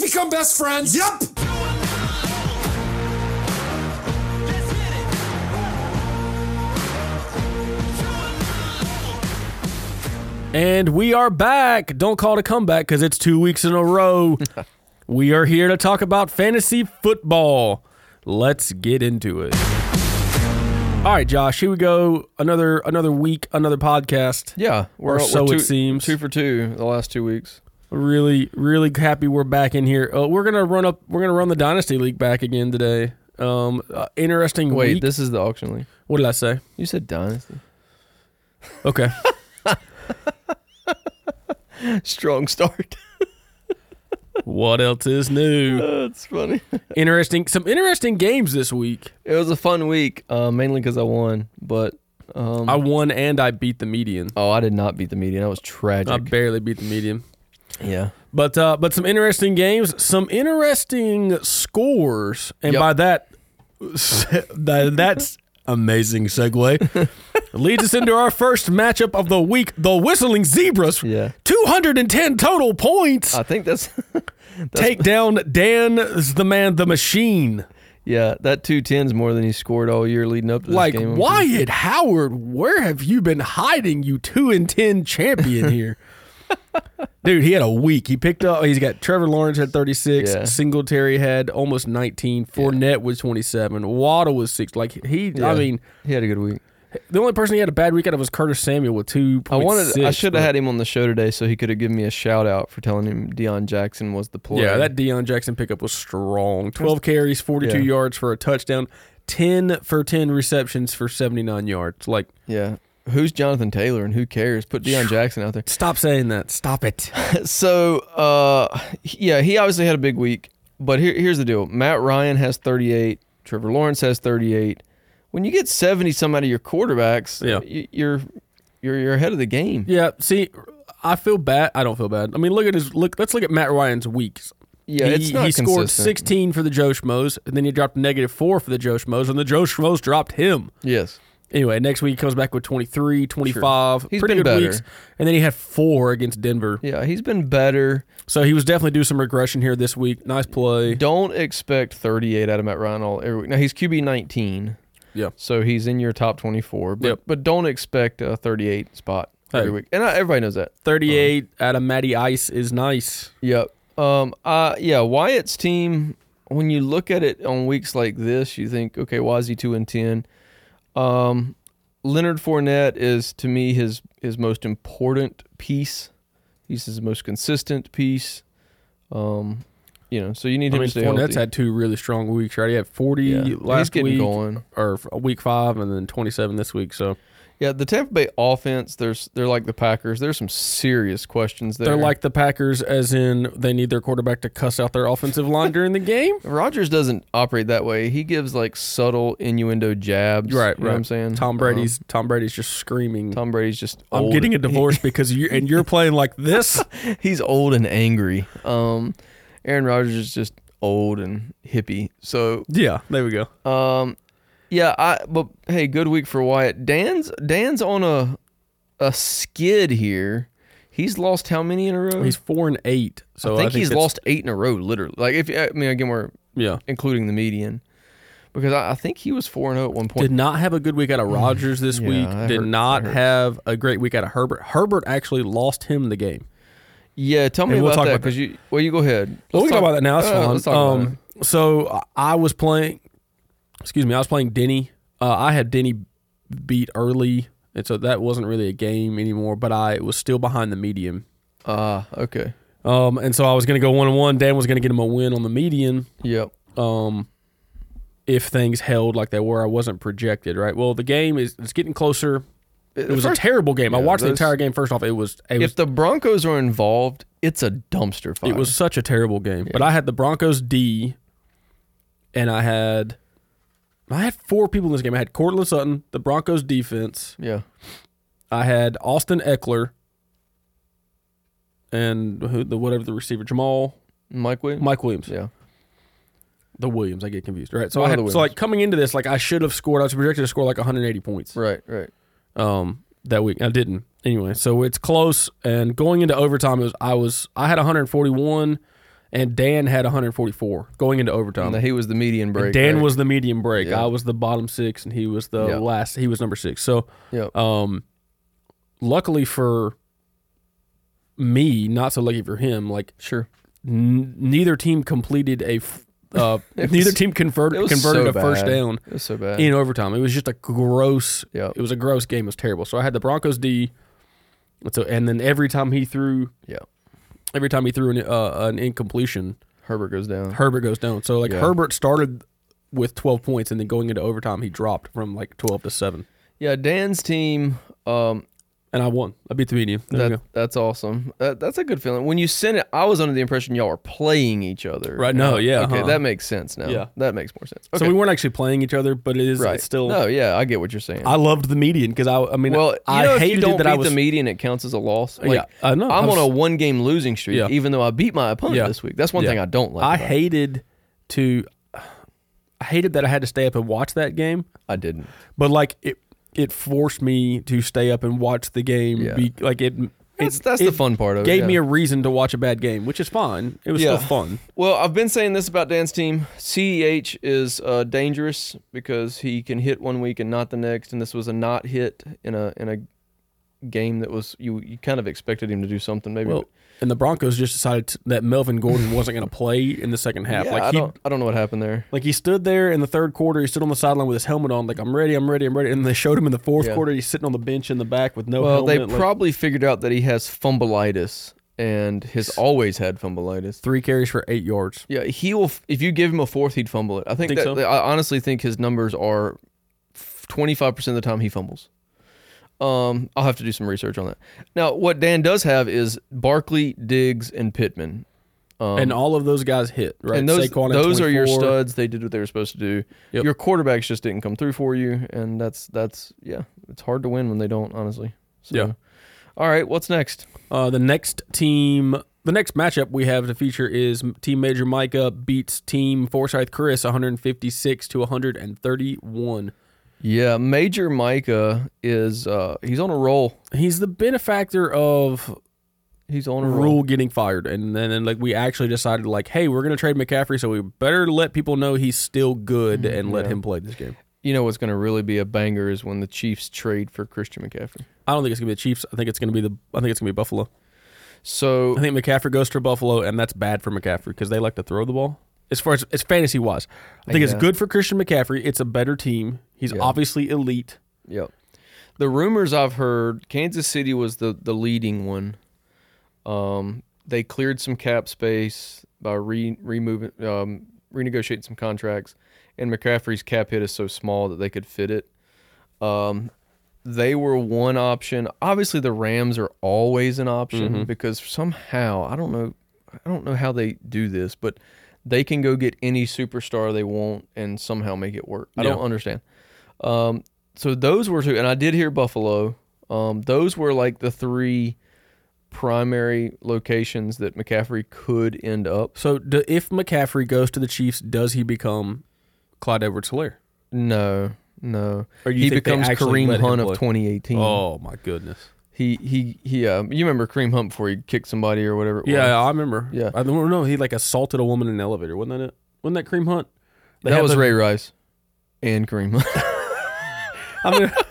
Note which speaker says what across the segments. Speaker 1: become best friends.
Speaker 2: Yep.
Speaker 3: And we are back. Don't call it a comeback because it's two weeks in a row. we are here to talk about fantasy football. Let's get into it. All right, Josh. Here we go. Another another week, another podcast.
Speaker 1: Yeah,
Speaker 3: Or so it
Speaker 1: two,
Speaker 3: seems.
Speaker 1: Two for two the last two weeks.
Speaker 3: Really, really happy we're back in here. Uh, we're gonna run up. We're gonna run the dynasty league back again today. Um, uh, interesting
Speaker 1: Wait,
Speaker 3: week.
Speaker 1: this is the auction league.
Speaker 3: what did I say?
Speaker 1: You said dynasty.
Speaker 3: Okay.
Speaker 1: Strong start.
Speaker 3: what else is new?
Speaker 1: That's funny.
Speaker 3: Interesting. Some interesting games this week.
Speaker 1: It was a fun week, uh, mainly because I won. But um,
Speaker 3: I won and I beat the median.
Speaker 1: oh, I did not beat the median. That was
Speaker 3: I
Speaker 1: tragic.
Speaker 3: barely beat the median.
Speaker 1: yeah,
Speaker 3: But uh, but some interesting games, some interesting scores, and
Speaker 1: Yep.
Speaker 3: by that, that that's amazing segue leads us into our first matchup of the week: the Whistling Zebras,
Speaker 1: Yeah.
Speaker 3: two hundred and ten total points,
Speaker 1: I think that's
Speaker 3: take down Dan the Man, the Machine,
Speaker 1: yeah. That two tens more than he scored all year leading up to this
Speaker 3: like
Speaker 1: game. I'm
Speaker 3: Wyatt Howard. Where have you been hiding, you two and ten champion here? Dude, he had a week. He picked up. He's got Trevor Lawrence had 36.
Speaker 1: Yeah.
Speaker 3: Singletary had almost 19. Fournette was 27. Waddle was six. Like he, I
Speaker 1: Yeah.
Speaker 3: mean,
Speaker 1: He had a good week.
Speaker 3: the only person he had a bad week out of was Curtis Samuel with two.
Speaker 1: I wanted. I should have had him on the show today, so he could have given me a shout out for telling him Deion Jackson was the player.
Speaker 3: Yeah, that Deion Jackson pickup was strong. 12 carries, 42
Speaker 1: Yeah.
Speaker 3: yards for a touchdown. 10 for 10 receptions for 79 yards. Like,
Speaker 1: yeah. Who's Jonathan Taylor and who cares? Put Deion Jackson out there.
Speaker 3: stop saying that. Stop it.
Speaker 1: So, uh, yeah, he obviously had a big week, but here, here's the deal: Matt Ryan has 38, Trevor Lawrence has 38. When you get 70 some out of your quarterbacks,
Speaker 3: Yeah.
Speaker 1: y- you're you're you're ahead of the game.
Speaker 3: Yeah, see, I feel bad. I don't feel bad. I mean, look at his look. Let's look at Matt Ryan's weeks.
Speaker 1: Yeah,
Speaker 3: he,
Speaker 1: it's not
Speaker 3: he scored
Speaker 1: consistent.
Speaker 3: 16 for the Joe Schmoes, and then he dropped negative four for the Joe Schmoes, and the Joe Schmoes dropped him.
Speaker 1: Yes,
Speaker 3: Anyway, next week he comes back with 23, 25,
Speaker 1: He's
Speaker 3: pretty
Speaker 1: been
Speaker 3: good
Speaker 1: better.
Speaker 3: weeks, and then he had four against Denver.
Speaker 1: yeah, he's been better.
Speaker 3: So he was definitely due some regression here this week. Nice play.
Speaker 1: Don't expect 38 out of Matt Ryan all every week. Now he's QB 19,
Speaker 3: Yeah,
Speaker 1: so he's in your top 24. But
Speaker 3: Yep.
Speaker 1: but don't expect a 38 spot every
Speaker 3: Hey.
Speaker 1: week, and I, everybody knows that.
Speaker 3: 38 out of Matty Ice is nice.
Speaker 1: Yep. Um. Uh. Yeah. Wyatt's team. When you look at it on weeks like this, you think, okay, why is he two and ten? Um, Leonard Fournette is to me his his most important piece. He's his most consistent piece. Um, you know, so you need
Speaker 3: I
Speaker 1: him
Speaker 3: mean,
Speaker 1: to stay
Speaker 3: Fournette's
Speaker 1: healthy.
Speaker 3: had two really strong weeks, right? He had 40
Speaker 1: yeah. He's
Speaker 3: last
Speaker 1: getting
Speaker 3: week,
Speaker 1: going.
Speaker 3: or f- week five, and then 27 this week. So
Speaker 1: Yeah, the Tampa Bay offense. There's they're like the Packers. There's some serious questions there.
Speaker 3: They're like the Packers, as in they need their quarterback to cuss out their offensive line during the game.
Speaker 1: Rodgers doesn't operate that way. He gives like subtle innuendo jabs. You know what I'm saying
Speaker 3: Tom
Speaker 1: Um,
Speaker 3: Brady's Tom Brady's just screaming.
Speaker 1: Tom Brady's just.
Speaker 3: I'm
Speaker 1: old.
Speaker 3: getting a divorce because you and you're playing like this.
Speaker 1: He's old and angry. Um, Aaron Rodgers is just old and hippie. So,
Speaker 3: yeah, there we go.
Speaker 1: um, yeah. I but hey, good week for Wyatt. Dan's Dan's on a a skid here. He's lost how many in a row?
Speaker 3: He's four and eight. So
Speaker 1: I think he's
Speaker 3: that's-
Speaker 1: lost eight in a row, literally. Like if I mean again, we're
Speaker 3: Yeah,
Speaker 1: including the median because I, I think he was four and zero at one point.
Speaker 3: did not have a good week out of Rodgers this
Speaker 1: Yeah,
Speaker 3: week.
Speaker 1: that
Speaker 3: Did
Speaker 1: hurts.
Speaker 3: not
Speaker 1: That hurts.
Speaker 3: have a great week out of Herbert. Herbert actually lost him the game.
Speaker 1: yeah, tell me
Speaker 3: And we'll
Speaker 1: about
Speaker 3: talk
Speaker 1: that
Speaker 3: about that.
Speaker 1: because you. Well, you go ahead.
Speaker 3: Well, we
Speaker 1: Let's
Speaker 3: can talk about that now. That's
Speaker 1: uh,
Speaker 3: fine.
Speaker 1: let's talk about
Speaker 3: um, so I- I was playing. Excuse me. I was playing Denny. Uh, I had Denny beat early, and so that wasn't really a game anymore. But I was still behind the median,
Speaker 1: it. Ah, okay.
Speaker 3: um, and so I was going to go one on one. Dan was going to get him a win on the median
Speaker 1: Yep.
Speaker 3: um, if things held like they were. I wasn't projected right. Well, the game is it's getting closer. It was a terrible game. I
Speaker 1: yeah,
Speaker 3: watched the
Speaker 1: those-
Speaker 3: entire game. First off, it was it was
Speaker 1: if the Broncos are involved, it's a dumpster fire.
Speaker 3: It was such a terrible game. But I had the Broncos D, and I had I had four people in this game. I had Cortland Sutton, the Broncos defense.
Speaker 1: yeah.
Speaker 3: I had Austin Eckler, and who, the whatever the receiver Jamal
Speaker 1: Mike Williams.
Speaker 3: Mike Williams.
Speaker 1: Yeah.
Speaker 3: The Williams, I get confused. Right. So
Speaker 1: One
Speaker 3: I
Speaker 1: of
Speaker 3: had,
Speaker 1: the
Speaker 3: so
Speaker 1: Williams.
Speaker 3: like coming into this, like I should have scored. I was projected to score like 180 points.
Speaker 1: Right. Right.
Speaker 3: um, that week. I didn't. Anyway, so it's close. And going into overtime, it was I was I had 141, and Dan had 144 going into overtime.
Speaker 1: No, he was the median break.
Speaker 3: Um, Dan
Speaker 1: right?
Speaker 3: was the medium break.
Speaker 1: Yeah.
Speaker 3: I was the bottom six, and he was the
Speaker 1: Yeah.
Speaker 3: last. He was number six. So,
Speaker 1: Yep.
Speaker 3: um, luckily for me, not so lucky for him. Like
Speaker 1: sure.
Speaker 3: n- neither team completed a. F- uh,
Speaker 1: It was-
Speaker 3: neither team converted
Speaker 1: it was
Speaker 3: converted
Speaker 1: so
Speaker 3: a first
Speaker 1: bad.
Speaker 3: down
Speaker 1: It was so bad.
Speaker 3: in overtime. It was just a gross.
Speaker 1: Yep.
Speaker 3: It was a gross game. It was terrible. So I had the Broncos D. and So and then every time he threw,
Speaker 1: Yep.
Speaker 3: every time he threw an uh, an incompletion,
Speaker 1: Herbert goes down.
Speaker 3: Herbert goes down. So like
Speaker 1: Yeah.
Speaker 3: Herbert started with 12 points and then going into overtime he dropped from like 12 to 7.
Speaker 1: Yeah, Dan's team. Um,
Speaker 3: And I won. I beat the medium. There you
Speaker 1: that
Speaker 3: go.
Speaker 1: that's awesome. That, that's a good feeling. When you sent it, I was under the impression y'all were playing each other.
Speaker 3: Right, no, yeah,
Speaker 1: Okay,
Speaker 3: uh-huh.
Speaker 1: that makes sense now.
Speaker 3: Yeah.
Speaker 1: that makes more sense. Okay,
Speaker 3: So we weren't actually playing each other, but it is
Speaker 1: right.
Speaker 3: it's still
Speaker 1: no, yeah, I get what you're saying.
Speaker 3: I loved the median because I I mean
Speaker 1: well, you
Speaker 3: I
Speaker 1: know, if
Speaker 3: hated
Speaker 1: you don't
Speaker 3: that
Speaker 1: beat
Speaker 3: I was
Speaker 1: the median, it counts as a loss. Like,
Speaker 3: Yeah, I know.
Speaker 1: I'm
Speaker 3: I was-
Speaker 1: on a one game losing streak,
Speaker 3: Yeah.
Speaker 1: even though I beat my opponent
Speaker 3: Yeah.
Speaker 1: this week. That's one
Speaker 3: Yeah.
Speaker 1: thing I don't like.
Speaker 3: I
Speaker 1: about it.
Speaker 3: hated to I hated that I had to stay up and watch that game,
Speaker 1: I didn't.
Speaker 3: but like it it forced me to stay up and watch the game
Speaker 1: Yeah.
Speaker 3: be, like it
Speaker 1: That's,
Speaker 3: it,
Speaker 1: that's
Speaker 3: it
Speaker 1: the fun part of it.
Speaker 3: gave
Speaker 1: yeah.
Speaker 3: me a reason to watch a bad game, which is fine. It was
Speaker 1: Yeah.
Speaker 3: still fun.
Speaker 1: Well, I've been saying this about Dan's team. CEH is uh, dangerous because he can hit one week and not the next, and this was a not hit in a in a game that was you you kind of expected him to do something maybe.
Speaker 3: Well, and the Broncos just decided t- that Melvin Gordon wasn't going to play in the second half.
Speaker 1: yeah, I
Speaker 3: like he,
Speaker 1: don't I don't know what happened there.
Speaker 3: like he stood there in the third quarter. He stood on the sideline with his helmet on, like I'm ready, I'm ready, I'm ready. And they showed him in the fourth
Speaker 1: Yeah.
Speaker 3: quarter. He's sitting on the bench in the back with no helmet.
Speaker 1: Well, they
Speaker 3: like,
Speaker 1: probably figured out that he has fumbleitis and has always had fumbleitis.
Speaker 3: three carries for eight yards.
Speaker 1: Yeah, he will. If you give him a fourth, he'd fumble it. I think,
Speaker 3: Think
Speaker 1: that,
Speaker 3: so?
Speaker 1: I honestly think his numbers are twenty five percent of the time he fumbles. Um, I'll have to do some research on that. Now, what Dan does have is Barkley, Diggs, and Pittman, um,
Speaker 3: and all of those guys hit right.
Speaker 1: and those
Speaker 3: Saquon at
Speaker 1: those are your
Speaker 3: 24.
Speaker 1: studs. They did what they were supposed to do.
Speaker 3: Yep.
Speaker 1: Your quarterbacks just didn't come through for you, and that's that's yeah, it's hard to win when they don't. Honestly, so,
Speaker 3: Yeah.
Speaker 1: All right, what's next?
Speaker 3: Uh, the next team, the next matchup we have to feature is Team Major Micah beats Team Forsyth Chris 156 to 131.
Speaker 1: Yeah, Major Micah is uh, he's on a roll.
Speaker 3: He's the benefactor of
Speaker 1: He's on a roll.
Speaker 3: rule getting fired and then and like we actually decided like hey we're gonna trade mccaffrey so we better let people know he's still good and let
Speaker 1: Mm, yeah.
Speaker 3: him play this game
Speaker 1: you know what's going to really be a banger is when the Chiefs trade for Christian McCaffrey.
Speaker 3: i don't think it's gonna be the chiefs i think it's gonna be the i think it's gonna be buffalo i
Speaker 1: So
Speaker 3: think mccaffrey goes to buffalo and that's bad for mccaffrey because they like to throw the ball as far as, as fantasy wise i think it's
Speaker 1: Yeah.
Speaker 3: good for christian mccaffrey it's a better team he's
Speaker 1: Yeah.
Speaker 3: obviously elite
Speaker 1: Yep. The rumors I've heard, Kansas City was the the leading one. Um, they cleared some cap space by re removing um, renegotiating some contracts, and McCaffrey's cap hit is so small that they could fit it. Um, they were one option. Obviously, the Rams are always an option
Speaker 3: Mm-hmm.
Speaker 1: because somehow I don't know, I don't know how they do this, but they can go get any superstar they want and somehow make it work. I
Speaker 3: Yeah.
Speaker 1: don't understand. Um, so those were two, and I did hear Buffalo. Um, those were like the three primary locations that McCaffrey could end up.
Speaker 3: so do, if mccaffrey goes to the chiefs does he become clyde edwards hilaire
Speaker 1: No, no,
Speaker 3: Or you
Speaker 1: he
Speaker 3: think they
Speaker 1: becomes
Speaker 3: actually
Speaker 1: Kareem
Speaker 3: let him
Speaker 1: Hunt of
Speaker 3: play?
Speaker 1: 2018.
Speaker 3: oh my goodness
Speaker 1: He he he. Uh, you remember Kareem Hunt before he kicked somebody or whatever? it was?
Speaker 3: Yeah, I remember.
Speaker 1: Yeah.
Speaker 3: I don't know. He like assaulted a woman in an elevator. Wasn't that it? Wasn't that Cream Hunt? They
Speaker 1: that
Speaker 3: had
Speaker 1: was
Speaker 3: the-
Speaker 1: Ray Rice and Kareem Hunt.
Speaker 3: I mean,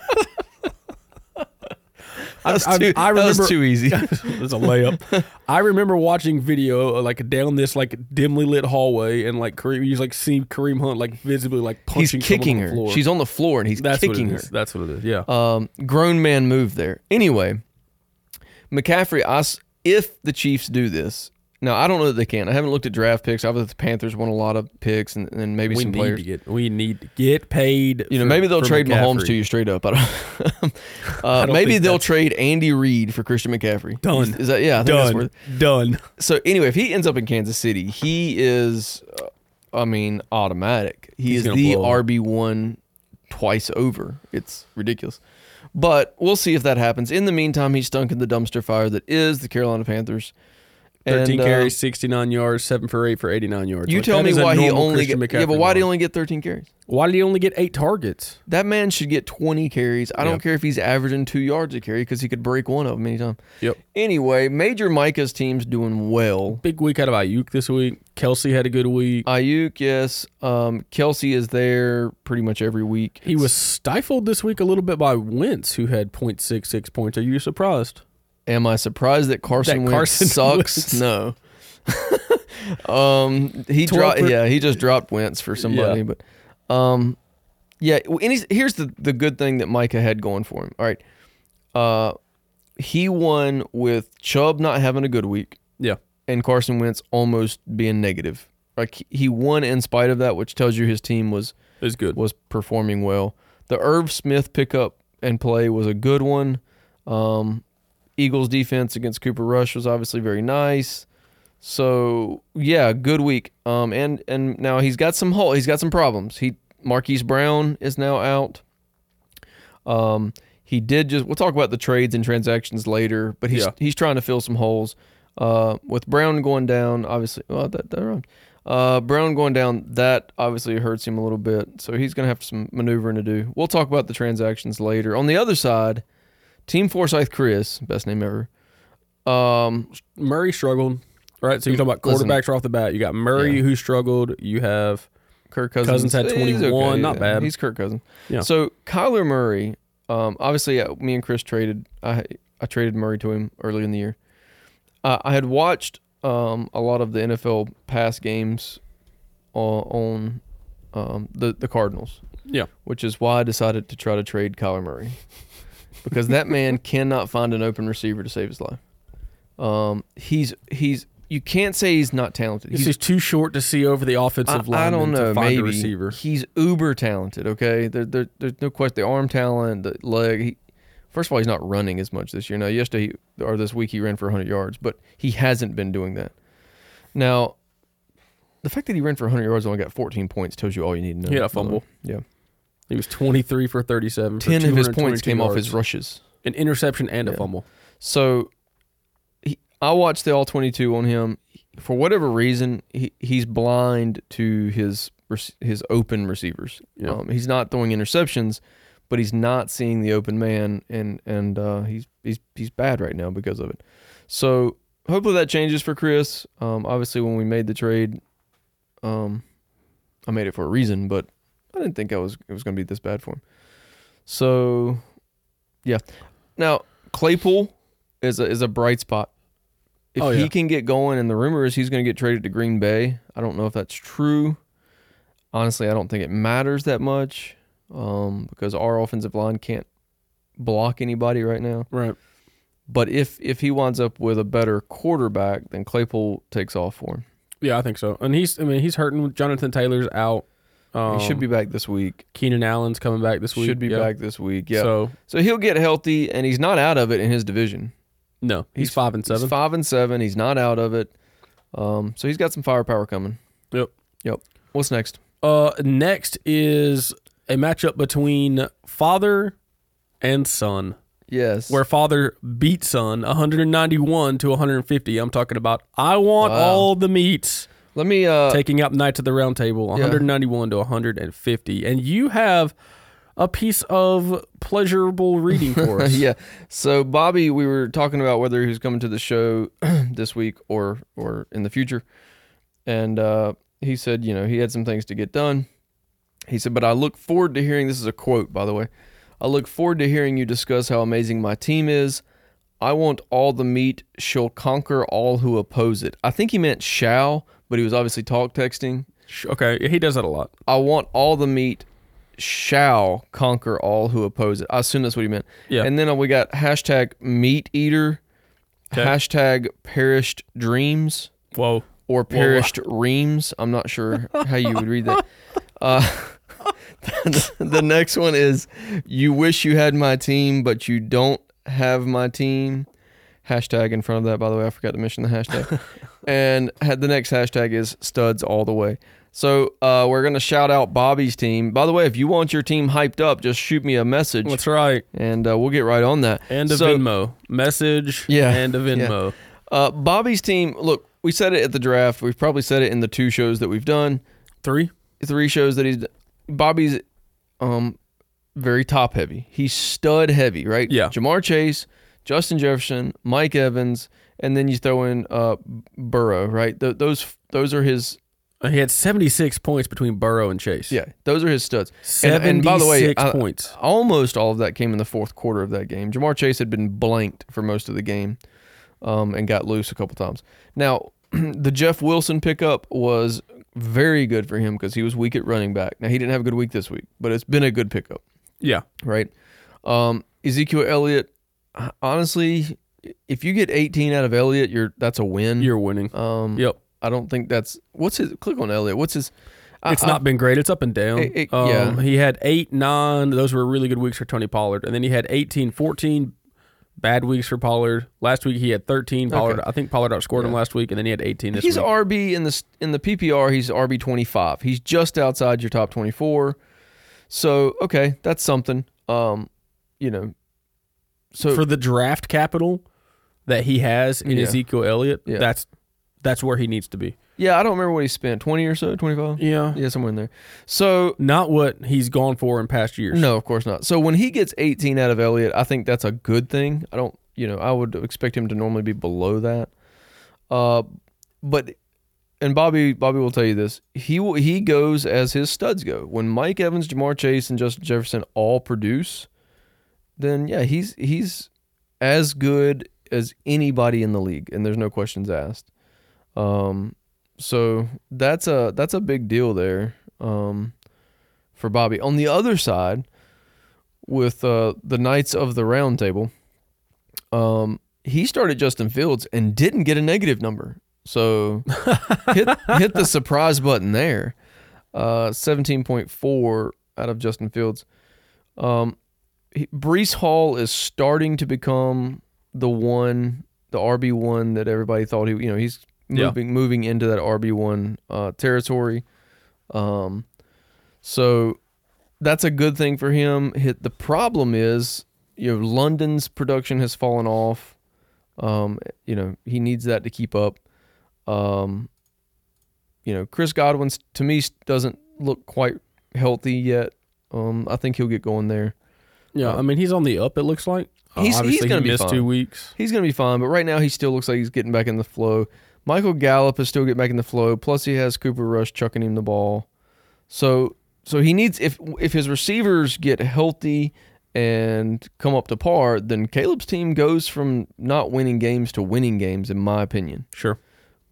Speaker 3: I,
Speaker 1: That's
Speaker 3: I-
Speaker 1: too,
Speaker 3: I
Speaker 1: that
Speaker 3: remember.
Speaker 1: was too easy.
Speaker 3: It's a layup. I remember watching video uh, like down this like dimly lit hallway, and like Kareem, you just, like see Kareem Hunt like visibly like
Speaker 1: he's
Speaker 3: punching. someone
Speaker 1: kicking
Speaker 3: on the
Speaker 1: her.
Speaker 3: floor.
Speaker 1: She's on the floor and he's
Speaker 3: That's what
Speaker 1: kicking
Speaker 3: it
Speaker 1: her.
Speaker 3: is. That's what it is. Yeah.
Speaker 1: um, grown man move there. Anyway, McCaffrey, I s if the Chiefs do this, now I don't know that they can. I haven't looked at draft picks. Obviously, the Panthers won a lot of picks and, and maybe
Speaker 3: we
Speaker 1: some
Speaker 3: need
Speaker 1: players.
Speaker 3: to get. We need to get paid.
Speaker 1: You know,
Speaker 3: for-
Speaker 1: maybe they'll
Speaker 3: for
Speaker 1: trade Mahomes
Speaker 3: McCaffrey.
Speaker 1: to you straight up. I don't, uh,
Speaker 3: don't
Speaker 1: maybe
Speaker 3: think
Speaker 1: they'll
Speaker 3: that's-
Speaker 1: trade Andy Reid for Christian McCaffrey.
Speaker 3: Done.
Speaker 1: Is, is that yeah? I think That's
Speaker 3: Done.
Speaker 1: worth,
Speaker 3: Done.
Speaker 1: so anyway, if he ends up in Kansas City, he is, uh, I mean, automatic. He
Speaker 3: He's
Speaker 1: is
Speaker 3: gonna
Speaker 1: the
Speaker 3: blow up.
Speaker 1: RB one twice over. It's ridiculous. But we'll see if that happens. In the meantime, he's stunk in the dumpster fire that is the Carolina Panthers.
Speaker 3: 13
Speaker 1: And, uh,
Speaker 3: carries, 69 yards, 7 for 8 for 89 yards.
Speaker 1: You
Speaker 3: Like,
Speaker 1: tell
Speaker 3: that
Speaker 1: me
Speaker 3: is a
Speaker 1: why he
Speaker 3: normal
Speaker 1: only
Speaker 3: Christian
Speaker 1: get, yeah, but
Speaker 3: McCaffrey
Speaker 1: why did he
Speaker 3: run.
Speaker 1: only get 13 carries?
Speaker 3: Why did he only get 8 targets?
Speaker 1: That man should get 20 carries. I
Speaker 3: Yeah.
Speaker 1: don't care if he's averaging two yards a carry because he could break one of them anytime.
Speaker 3: Yep.
Speaker 1: Anyway, Major Micah's team's doing well.
Speaker 3: Big week out of Ayuk this week. Kelsey had a good
Speaker 1: Uh,
Speaker 3: week.
Speaker 1: Ayuk, yes. Um, Kelsey is there pretty much every week.
Speaker 3: He was stifled this week a little bit by Wentz, who had 0.66 points. Are you surprised?
Speaker 1: Am I surprised that Carson
Speaker 3: That Carson
Speaker 1: Wentz sucks?
Speaker 3: Wentz.
Speaker 1: No. um, he
Speaker 3: Twelve
Speaker 1: dropped.
Speaker 3: per-
Speaker 1: Yeah, he just dropped Wentz for somebody. But, um, yeah. w- And he's, here's the the good thing that Micah had going for him. All right, uh, he won with Chubb not having a good week
Speaker 3: Yeah.
Speaker 1: and Carson Wentz almost being negative. Like he won in spite of that, which tells you his team was
Speaker 3: It's good.
Speaker 1: was performing well. The Irv Smith pickup and play was a good one. Um, Eagles defense against Cooper Rush was obviously very nice. So yeah, good week. Um, and and now he's got some hole. He's got some problems. He Marquise Brown is now out. Um, he did just. We'll talk about the trades and transactions later, but he's
Speaker 3: Yeah.
Speaker 1: he's trying to fill some holes. Uh, with Brown going down, obviously. Well, that that rhymed. Uh, Brown going down, that obviously hurts him a little bit. So he's going to have some maneuvering to do. We'll talk about the transactions later. On the other side, Team Forsyth Chris, best name ever. Um,
Speaker 3: Murray struggled, right? So you're talking about
Speaker 1: Listen.
Speaker 3: quarterbacks right off the bat. You got Murray,
Speaker 1: Yeah.
Speaker 3: who struggled. You have
Speaker 1: Kirk Cousins,
Speaker 3: Cousins had
Speaker 1: He's
Speaker 3: 21, not
Speaker 1: yeah.
Speaker 3: bad.
Speaker 1: He's Kirk Cousins.
Speaker 3: Yeah.
Speaker 1: So Kyler Murray, um, obviously uh, me and Chris traded. I I traded Murray to him earlier in the year. Uh, I had watched um, a lot of the NFL pass games uh, on um, the the Cardinals.
Speaker 3: Yeah.
Speaker 1: Which is why I decided to try to trade Kyler Murray because that man cannot find an open receiver to save his life. Um, he's he's you can't say he's not talented.
Speaker 3: He's
Speaker 1: He's
Speaker 3: just too short to see over the
Speaker 1: I,
Speaker 3: offensive line.
Speaker 1: I don't know.
Speaker 3: To find
Speaker 1: Maybe
Speaker 3: a receiver.
Speaker 1: he's uber talented. Okay, there, there, there's no question. The arm talent, the leg. He, first of all, he's not running as much this year. Now, yesterday he, or this week he ran for 100 yards, but he hasn't been doing that. Now, the fact that he ran for 100 yards and only got 14 points tells you all you need to know. Uh,
Speaker 3: He had a fumble.
Speaker 1: Yeah,
Speaker 3: He was 23 for 37. for
Speaker 1: 10 of his
Speaker 3: 222
Speaker 1: points came off his
Speaker 3: yards.
Speaker 1: rushes.
Speaker 3: an interception and a
Speaker 1: Yeah.
Speaker 3: fumble.
Speaker 1: So he, I watched the all 22 on him. For whatever reason, he, he's blind to his rec- his open receivers.
Speaker 3: Yeah.
Speaker 1: Um, he's not throwing interceptions, but he's not seeing the open man, and and uh, he's he's he's bad right now because of it. So hopefully that changes for Chris. Um, obviously, when we made the trade, um, I made it for a reason, but I didn't think I was it was going to be this bad for him. So, yeah. Now Claypool is a, is a bright spot. If
Speaker 3: Oh, yeah.
Speaker 1: he can get going, and the rumor is he's going to get traded to Green Bay. I don't know if that's true. Honestly, I don't think it matters that much um, because our offensive line can't block anybody right now.
Speaker 3: Right.
Speaker 1: But if if he winds up with a better quarterback, then Claypool takes off for him.
Speaker 3: Yeah, I think so. And he's, I mean, he's hurting. Jonathan Taylor's out. Um,
Speaker 1: he should be back this week.
Speaker 3: Keenan Allen's coming back this week.
Speaker 1: should be
Speaker 3: yeah.
Speaker 1: back this week. Yeah. So,
Speaker 3: So
Speaker 1: he'll get healthy, and he's not out of it in his division.
Speaker 3: no, he's,
Speaker 1: He's-
Speaker 3: five and seven.
Speaker 1: He's five and seven. He's not out of it. Um, so he's got some firepower coming.
Speaker 3: Yep.
Speaker 1: Yep. What's next?
Speaker 3: Uh, next is a matchup between father and son,
Speaker 1: Yes.
Speaker 3: where father beat son 191 to 150. I'm talking about I want
Speaker 1: Wow.
Speaker 3: all the meats,
Speaker 1: Let me. Uh,
Speaker 3: taking up knights of the round table
Speaker 1: Yeah.
Speaker 3: 191 to 150, and you have a piece of pleasurable reading for us.
Speaker 1: yeah. So Bobby, we were talking about whether he was coming to the show this week or or in the future, and uh, he said, you know, he had some things to get done. He said, but I look forward to hearing. This is a quote, by the way. I look forward to hearing you discuss how amazing my team is. I want all the meat. She'll conquer all who oppose it. I think he meant shall, but he was obviously talk texting.
Speaker 3: Okay, he does that a lot.
Speaker 1: I want all the meat shall conquer all who oppose it. I assume that's what he meant.
Speaker 3: Yeah.
Speaker 1: And then we got hashtag meat eater,
Speaker 3: Okay.
Speaker 1: hashtag perished dreams
Speaker 3: Whoa.
Speaker 1: or
Speaker 3: Whoa.
Speaker 1: perished reams. I'm not sure how you would read that. Uh, the next one is you wish you had my team, but you don't have my team. Hashtag in front of that, by the way. I forgot to mention the hashtag. and had the next hashtag is studs all the way. So uh, we're gonna shout out Bobby's team. By the way, if you want your team hyped up, just shoot me a message,
Speaker 3: That's right.
Speaker 1: and uh, we'll get right on that.
Speaker 3: And a
Speaker 1: So-
Speaker 3: Venmo message.
Speaker 1: Yeah,
Speaker 3: And a
Speaker 1: yeah.
Speaker 3: Venmo.
Speaker 1: Uh, Bobby's team. Look, we said it at the draft. We've probably said it in the two shows that we've done,
Speaker 3: Three.
Speaker 1: three shows that he's. d- Bobby's, um, very top heavy. He's stud heavy, right?
Speaker 3: Yeah.
Speaker 1: Jamar Chase, Justin Jefferson, Mike Evans, and then you throw in uh Burrow, right? Th- those those are his.
Speaker 3: He had 76 points between Burrow and Chase.
Speaker 1: Yeah, those are his studs.
Speaker 3: 76
Speaker 1: And, and by the way, uh, I-
Speaker 3: points.
Speaker 1: almost all of that came in the fourth quarter of that game. Jamar Chase had been blanked for most of the game um, and got loose a couple times. Now, the Jeff Wilson pickup was very good for him because he was weak at running back. Now, he didn't have a good week this week, but it's been a good pickup,
Speaker 3: Yeah.
Speaker 1: right? Um, Ezekiel Elliott, h- honestly, if you get 18 out of Elliott, you're that's a win.
Speaker 3: You're winning.
Speaker 1: um,
Speaker 3: Yep.
Speaker 1: I don't think that's what's his click on Elliott. What's his? I-
Speaker 3: It's
Speaker 1: I-
Speaker 3: not been great. It's up and down.
Speaker 1: It- it-
Speaker 3: um,
Speaker 1: yeah.
Speaker 3: He had eight, nine. Those were really good weeks for Tony Pollard. And then he had 18, 14 bad weeks for Pollard. Last week he had 13. Pollard, I think Pollard outscored him last week. And then he had 18 this
Speaker 1: he's
Speaker 3: week.
Speaker 1: RB in the s- in the PPR. He's RB twenty five. He's just outside your top twenty four. So okay, that's something. Um, you know, so
Speaker 3: for the draft capital that he has in
Speaker 1: Yeah.
Speaker 3: Ezekiel Elliott,
Speaker 1: Yeah.
Speaker 3: that's that's where he needs to be.
Speaker 1: yeah, I don't remember what he spent twenty or so, twenty five.
Speaker 3: Yeah.
Speaker 1: Yeah, somewhere in there. So
Speaker 3: Not what he's gone for in past years.
Speaker 1: no, of course not. So when he gets eighteen out of Elliott, I think that's a good thing. I don't, you know, I would expect him to normally be below that. Uh, but and Bobby Bobby will tell you this. He will, he goes as his studs go. When Mike Evans, Jamar Chase, and Justin Jefferson all produce, then yeah, he's he's as good as anybody in the league, and there's no questions asked. Um, so that's a that's a big deal there. Um, for Bobby. On the other side, with uh, the Knights of the Round Table, um, he started Justin Fields and didn't get a negative number. So hit, hit the surprise button there. Uh, 17.4 out of Justin Fields. Um, he, Brees Hall is starting to become the one, the RB one that everybody thought he, you know, he's
Speaker 3: Yeah.
Speaker 1: moving moving into that RB one uh, territory. Um, so that's a good thing for him. Hit the problem is you know London's production has fallen off. Um, you know he needs that to keep up. Um, you know Chris Godwin's to me doesn't look quite healthy yet. Um, I think he'll get going there.
Speaker 3: Yeah, I mean he's on the up. It looks like Uh,
Speaker 1: He's- he's
Speaker 3: obviously
Speaker 1: gonna
Speaker 3: he
Speaker 1: be
Speaker 3: missed
Speaker 1: fine.
Speaker 3: two weeks.
Speaker 1: He's gonna be fine, but right now he still looks like he's getting back in the flow. Michael Gallup is still getting back in the flow. Plus he has Cooper Rush chucking him the ball. So so he needs if if his receivers get healthy and come up to par, then Caleb's team goes from not winning games to winning games, in my opinion.
Speaker 3: Sure.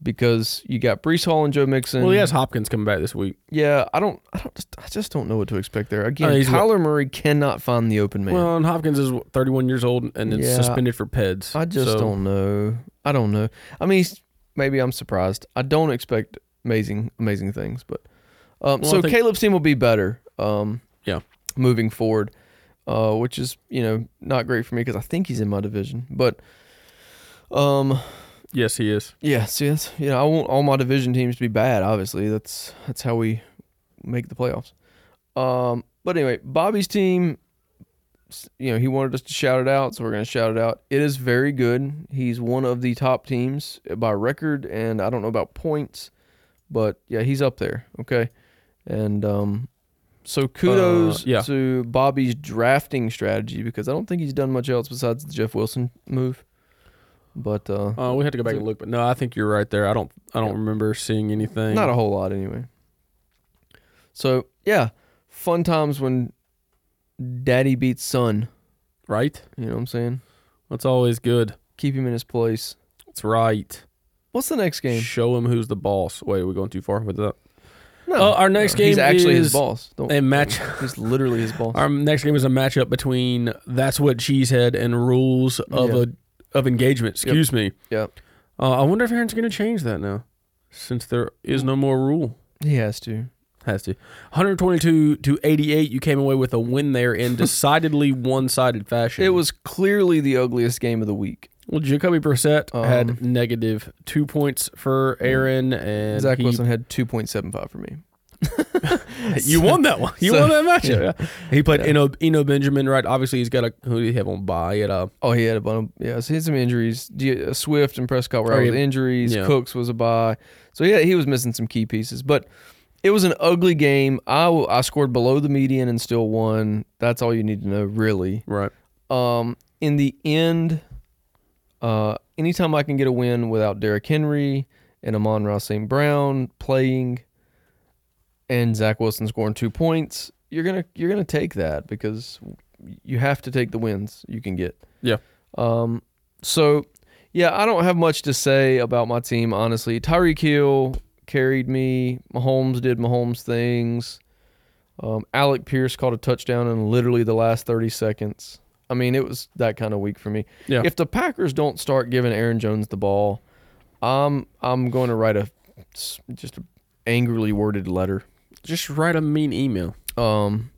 Speaker 1: Because you got Brees Hall and Joe Mixon.
Speaker 3: Well, he has Hopkins coming back this week.
Speaker 1: Yeah, I don't, I don't, I just don't know what to expect there. Again,
Speaker 3: Uh, he's-
Speaker 1: Kyler Murray cannot find the open man.
Speaker 3: Well, and Hopkins is 31 years old and it's
Speaker 1: Yeah.
Speaker 3: suspended for peds.
Speaker 1: I just
Speaker 3: So,
Speaker 1: don't know. I don't know. I mean, s- maybe I'm surprised. I don't expect amazing, amazing things, but um,
Speaker 3: Well, I
Speaker 1: so
Speaker 3: think-
Speaker 1: Caleb's team will be better. Um,
Speaker 3: Yeah.
Speaker 1: moving forward, uh, which is you know not great for me because I think he's in my division, but um,
Speaker 3: Yes, he is.
Speaker 1: yeah, see, that's you know, I want all my division teams to be bad. Obviously, that's that's how we make the playoffs. Um, but anyway, Bobby's team, s- you know, he wanted us to shout it out, so we're gonna shout it out. It is very good. He's one of the top teams by record, and I don't know about points, but yeah, he's up there. Okay, and um, so kudos
Speaker 3: yeah.
Speaker 1: to Bobby's drafting strategy because I don't think he's done much else besides the Jeff Wilson move. But uh,
Speaker 3: Uh, we have to go back and look, but no, I think you're right there. I don't. I don't remember seeing anything.
Speaker 1: Not a whole lot anyway. So yeah, fun times when daddy beats son.
Speaker 3: right.
Speaker 1: You know what I'm saying?
Speaker 3: That's always good.
Speaker 1: Keep him in his place.
Speaker 3: That's right.
Speaker 1: What's the next game?
Speaker 3: Show him who's the boss. Wait, we're going too far with that.
Speaker 1: No,
Speaker 3: Uh, our next
Speaker 1: he's
Speaker 3: game
Speaker 1: actually
Speaker 3: is
Speaker 1: his boss. Don't,
Speaker 3: a match.
Speaker 1: he's literally his boss.
Speaker 3: Our next game is a matchup between That's What Cheesehead and Rules of
Speaker 1: Yeah.
Speaker 3: a of Engagement. Excuse me.
Speaker 1: Yep.
Speaker 3: Uh, I wonder if Aaron's going to change that now, since there is no more rule.
Speaker 1: He has to.
Speaker 3: Has to. 122 to 88. You came away with a win there in decidedly one-sided fashion.
Speaker 1: It was clearly the ugliest game of the week.
Speaker 3: well, Jacoby Brissett
Speaker 1: Um,
Speaker 3: had negative two points for Aaron, and
Speaker 1: Zach
Speaker 3: he-
Speaker 1: Wilson had 2.75 for me.
Speaker 3: you won that one. You
Speaker 1: So-
Speaker 3: won that matchup. He played Eno, Eno Benjamin, right? Obviously, he's got a who did he have on by at uh
Speaker 1: Oh, he had a bunch of yeah. So he had some injuries. D- uh, Swift and Prescott were out
Speaker 3: Oh,
Speaker 1: with
Speaker 3: yeah.
Speaker 1: injuries.
Speaker 3: Yeah.
Speaker 1: Cooks was a bye. So yeah, he was missing some key pieces. But it was an ugly game. I w- I scored below the median and still won. That's all you need to know, really.
Speaker 3: right.
Speaker 1: Um, in the end, uh, anytime I can get a win without Derrick Henry and Amon Ross St. Brown playing, and Zach Wilson scoring two points, you're gonna you're gonna take that because you have to take the wins you can get.
Speaker 3: Yeah.
Speaker 1: Um. So, yeah, I don't have much to say about my team honestly. Tyreek Hill carried me. Mahomes did Mahomes things. Um, Alec Pierce caught a touchdown in literally the last 30 seconds. I mean, it was that kind of week for me.
Speaker 3: Yeah.
Speaker 1: If the Packers don't start giving Aaron Jones the ball, I'm I'm going to write a just a angrily worded letter.
Speaker 3: Just write a mean email.
Speaker 1: Um,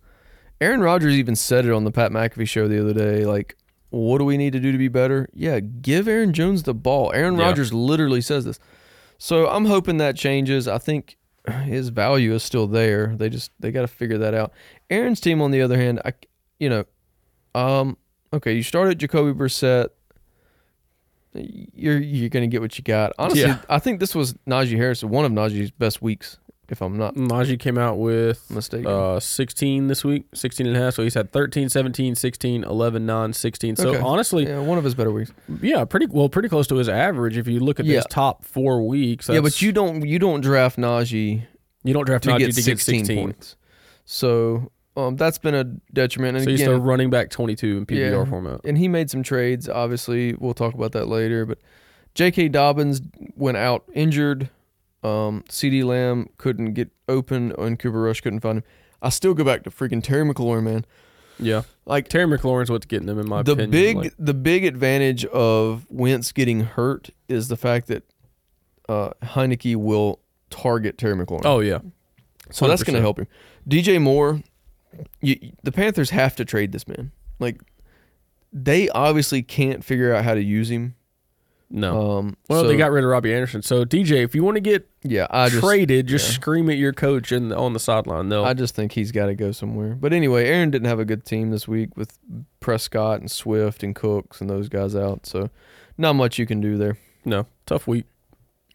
Speaker 1: Aaron Rodgers even said it on the Pat McAfee show the other day. Like, what do we need to do to be better? Yeah, give Aaron Jones the ball. Aaron
Speaker 3: Yeah.
Speaker 1: Rodgers literally says this. So I'm hoping that changes. I think his value is still there. They just they got to figure that out. Aaron's team, on the other hand, I you know, um, okay, you start at Jacoby Brissett. You're you're gonna get what you got. Honestly,
Speaker 3: Yeah.
Speaker 1: I think this was Najee Harris, one of Najee's best weeks, if I'm not
Speaker 3: Najee came out with
Speaker 1: mistaken.
Speaker 3: uh 16 this week, 16 and a half. So he's had 13, 17, 16, 11, 9, 16. So
Speaker 1: Okay.
Speaker 3: honestly, yeah.
Speaker 1: yeah, one of his better weeks.
Speaker 3: pretty well, pretty close to his average. If you look at
Speaker 1: Yeah.
Speaker 3: his top four weeks,
Speaker 1: yeah,
Speaker 3: that's-
Speaker 1: but you don't you don't draft Najee
Speaker 3: you don't draft
Speaker 1: to
Speaker 3: Najee
Speaker 1: get 16, points. So um, that's been a detriment. And
Speaker 3: So he's
Speaker 1: again,
Speaker 3: still running back 22 in PPR
Speaker 1: Yeah.
Speaker 3: format.
Speaker 1: and he made some trades. Obviously, we'll talk about that later. But J.K. Dobbins went out injured. Um, C.D. Lamb couldn't get open, and Cooper Rush couldn't find him. I still go back to freaking Terry McLaurin, man.
Speaker 3: Yeah,
Speaker 1: Like
Speaker 3: Terry McLaurin's what's getting them in my
Speaker 1: the
Speaker 3: opinion.
Speaker 1: big
Speaker 3: like-
Speaker 1: the big advantage of Wentz getting hurt is the fact that uh, Heineke will target Terry McLaurin.
Speaker 3: oh yeah,
Speaker 1: So that's going to
Speaker 3: 100%.
Speaker 1: help him. DJ Moore, you, the Panthers have to trade this man. Like, they obviously can't figure out how to use him.
Speaker 3: No,
Speaker 1: Um,
Speaker 3: Well,
Speaker 1: so,
Speaker 3: they got rid of Robbie Anderson. So DJ, if you want to get
Speaker 1: yeah. I just
Speaker 3: traded, just
Speaker 1: yeah.
Speaker 3: scream at your coach and on the sideline. They'll
Speaker 1: I just think he's got to go somewhere. But anyway, Aaron didn't have a good team this week with Prescott and Swift and Cooks and those guys out. So not much you can do there.
Speaker 3: no tough week,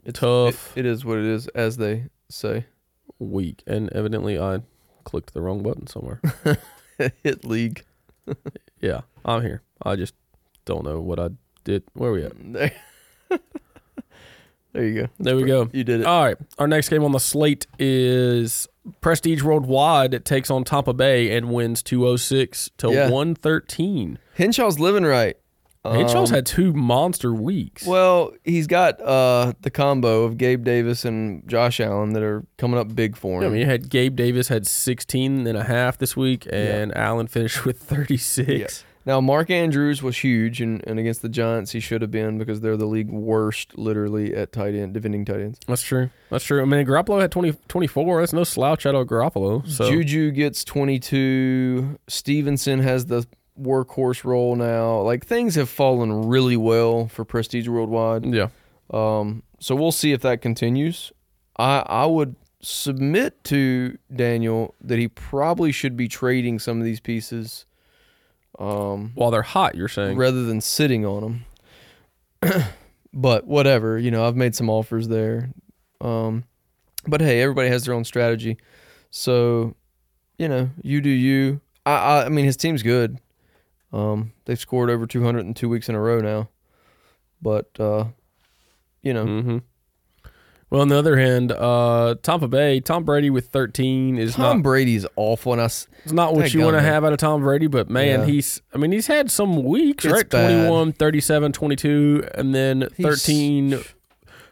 Speaker 1: It's
Speaker 3: Tough.
Speaker 1: it- it is what it is, as they say.
Speaker 3: week, and evidently I clicked the wrong button somewhere.
Speaker 1: Hit league.
Speaker 3: yeah, I'm here. I just don't know what I did. Where we at?
Speaker 1: There, there you go.
Speaker 3: There we go.
Speaker 1: You did it.
Speaker 3: All right, our next game on the slate is Prestige Worldwide. It takes on Tampa Bay and wins 206 to
Speaker 1: Yeah.
Speaker 3: 113.
Speaker 1: Henshaw's living right.
Speaker 3: Hitchell's
Speaker 1: Um,
Speaker 3: had two monster weeks.
Speaker 1: Well, he's got uh, the combo of Gabe Davis and Josh Allen that are coming up big for him.
Speaker 3: Yeah, I mean, you had Gabe Davis had 16 and a half this week, and Allen finished with 36.
Speaker 1: now, Mark Andrews was huge, and, and against the Giants, he should have been because they're the league worst, literally, at tight end, defending tight ends.
Speaker 3: That's true. That's true. I mean, Garoppolo had 20, 24. That's no slouch out of Garoppolo. So
Speaker 1: Juju gets 22. Stevenson has the workhorse role now. Like, things have fallen really well for Prestige Worldwide.
Speaker 3: yeah,
Speaker 1: Um, so we'll see if that continues. I I would submit to Daniel that he probably should be trading some of these pieces, um,
Speaker 3: while they're hot, you're saying
Speaker 1: rather than sitting on them. but whatever, you know, I've made some offers there. Um, but hey, everybody has their own strategy, so you know, you do you. I I, I mean, his team's good. Um, they've scored over 200 in two weeks in a row now, but uh, you know.
Speaker 3: Mm-hmm. Well, on the other hand, uh, Tampa Bay, Tom Brady with 13 is
Speaker 1: Tom
Speaker 3: not
Speaker 1: Brady's awful, and I s-
Speaker 3: it's not what you
Speaker 1: Dadgum,
Speaker 3: want to
Speaker 1: man.
Speaker 3: have out of Tom Brady, but man,
Speaker 1: Yeah.
Speaker 3: he's I mean, he's had some weeks,
Speaker 1: It's
Speaker 3: right?
Speaker 1: bad.
Speaker 3: 21, 37, 22, and then
Speaker 1: He's-
Speaker 3: 13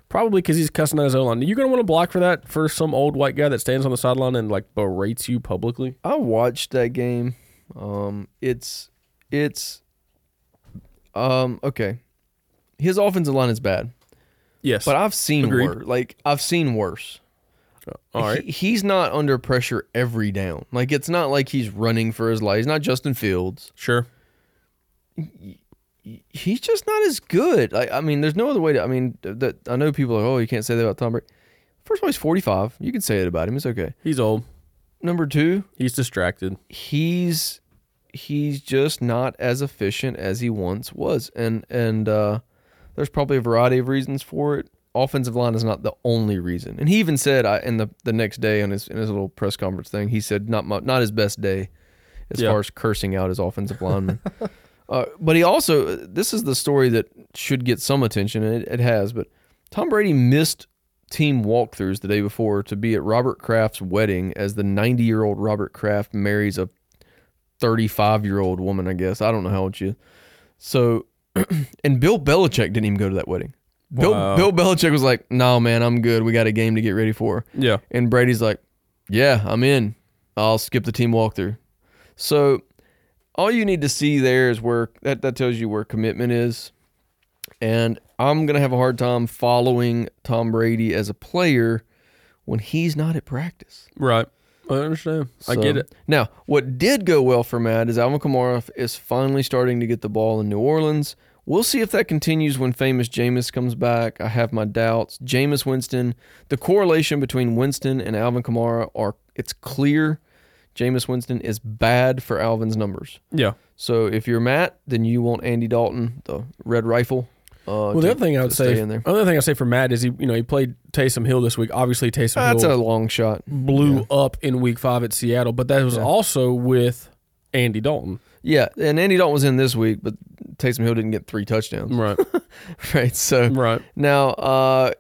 Speaker 3: Probably because he's cussing out his O line. You're gonna want to block for that for some old white guy that stands on the sideline and like berates you publicly.
Speaker 1: I watched that game. Um, it's it's um okay. His offensive line is bad,
Speaker 3: Yes,
Speaker 1: but I've seen
Speaker 3: Agreed.
Speaker 1: worse. Like I've seen worse.
Speaker 3: all right.
Speaker 1: He- he's not under pressure every down. Like it's not like he's running for his life. He's not Justin Fields.
Speaker 3: Sure.
Speaker 1: He's just not as good. I, I mean, there's no other way to. I mean, that I know people are. Oh, you can't say that about Tom Brady. First of all, he's 45. You can say it about him. It's okay.
Speaker 3: He's old.
Speaker 1: Number two,
Speaker 3: He's distracted.
Speaker 1: he's he's just not as efficient as he once was, and and uh, there's probably a variety of reasons for it. Offensive line is not the only reason, and he even said I, in the the next day on his in his little press conference thing, he said not my, not his best day as
Speaker 3: Yeah.
Speaker 1: far as cursing out his offensive lineman. uh, but he also this is the story that should get some attention, and it, it has. But Tom Brady missed team walkthroughs the day before to be at Robert Kraft's wedding as the 90 year old Robert Kraft marries a 35 year old woman, I guess. I don't know how old she is. So, and Bill Belichick didn't even go to that wedding. Bill,
Speaker 3: Wow.
Speaker 1: Bill Belichick was like, no, man, I'm good. We got a game to get ready for.
Speaker 3: Yeah.
Speaker 1: And Brady's like, yeah, I'm in. I'll skip the team walkthrough. So, all you need to see there is where that, that tells you where commitment is. And I'm going to have a hard time following Tom Brady as a player when he's not at practice.
Speaker 3: Right. I understand. I
Speaker 1: So-
Speaker 3: get it.
Speaker 1: Now, what did go well for Matt is Alvin Kamara f- is finally starting to get the ball in New Orleans. We'll see if that continues when famous Jameis comes back. I have my doubts. Jameis Winston, the correlation between Winston and Alvin Kamara are it's clear. Jameis Winston is bad for Alvin's numbers.
Speaker 3: Yeah.
Speaker 1: So if you're Matt, then you want Andy Dalton, the red rifle. Uh,
Speaker 3: Well,
Speaker 1: to-
Speaker 3: the other thing I
Speaker 1: to
Speaker 3: would
Speaker 1: stay
Speaker 3: say,
Speaker 1: in there.
Speaker 3: other thing I say for Matt is he, you know, he played Taysom Hill this week. Obviously, Taysom
Speaker 1: That's
Speaker 3: Hill
Speaker 1: a long shot.
Speaker 3: blew up in Week Five at Seattle, but that was also with Andy Dalton.
Speaker 1: Yeah, and Andy Dalton was in this week, but Taysom Hill didn't get three touchdowns.
Speaker 3: Right. Mm.
Speaker 1: Right. So
Speaker 3: right.
Speaker 1: Now, uh,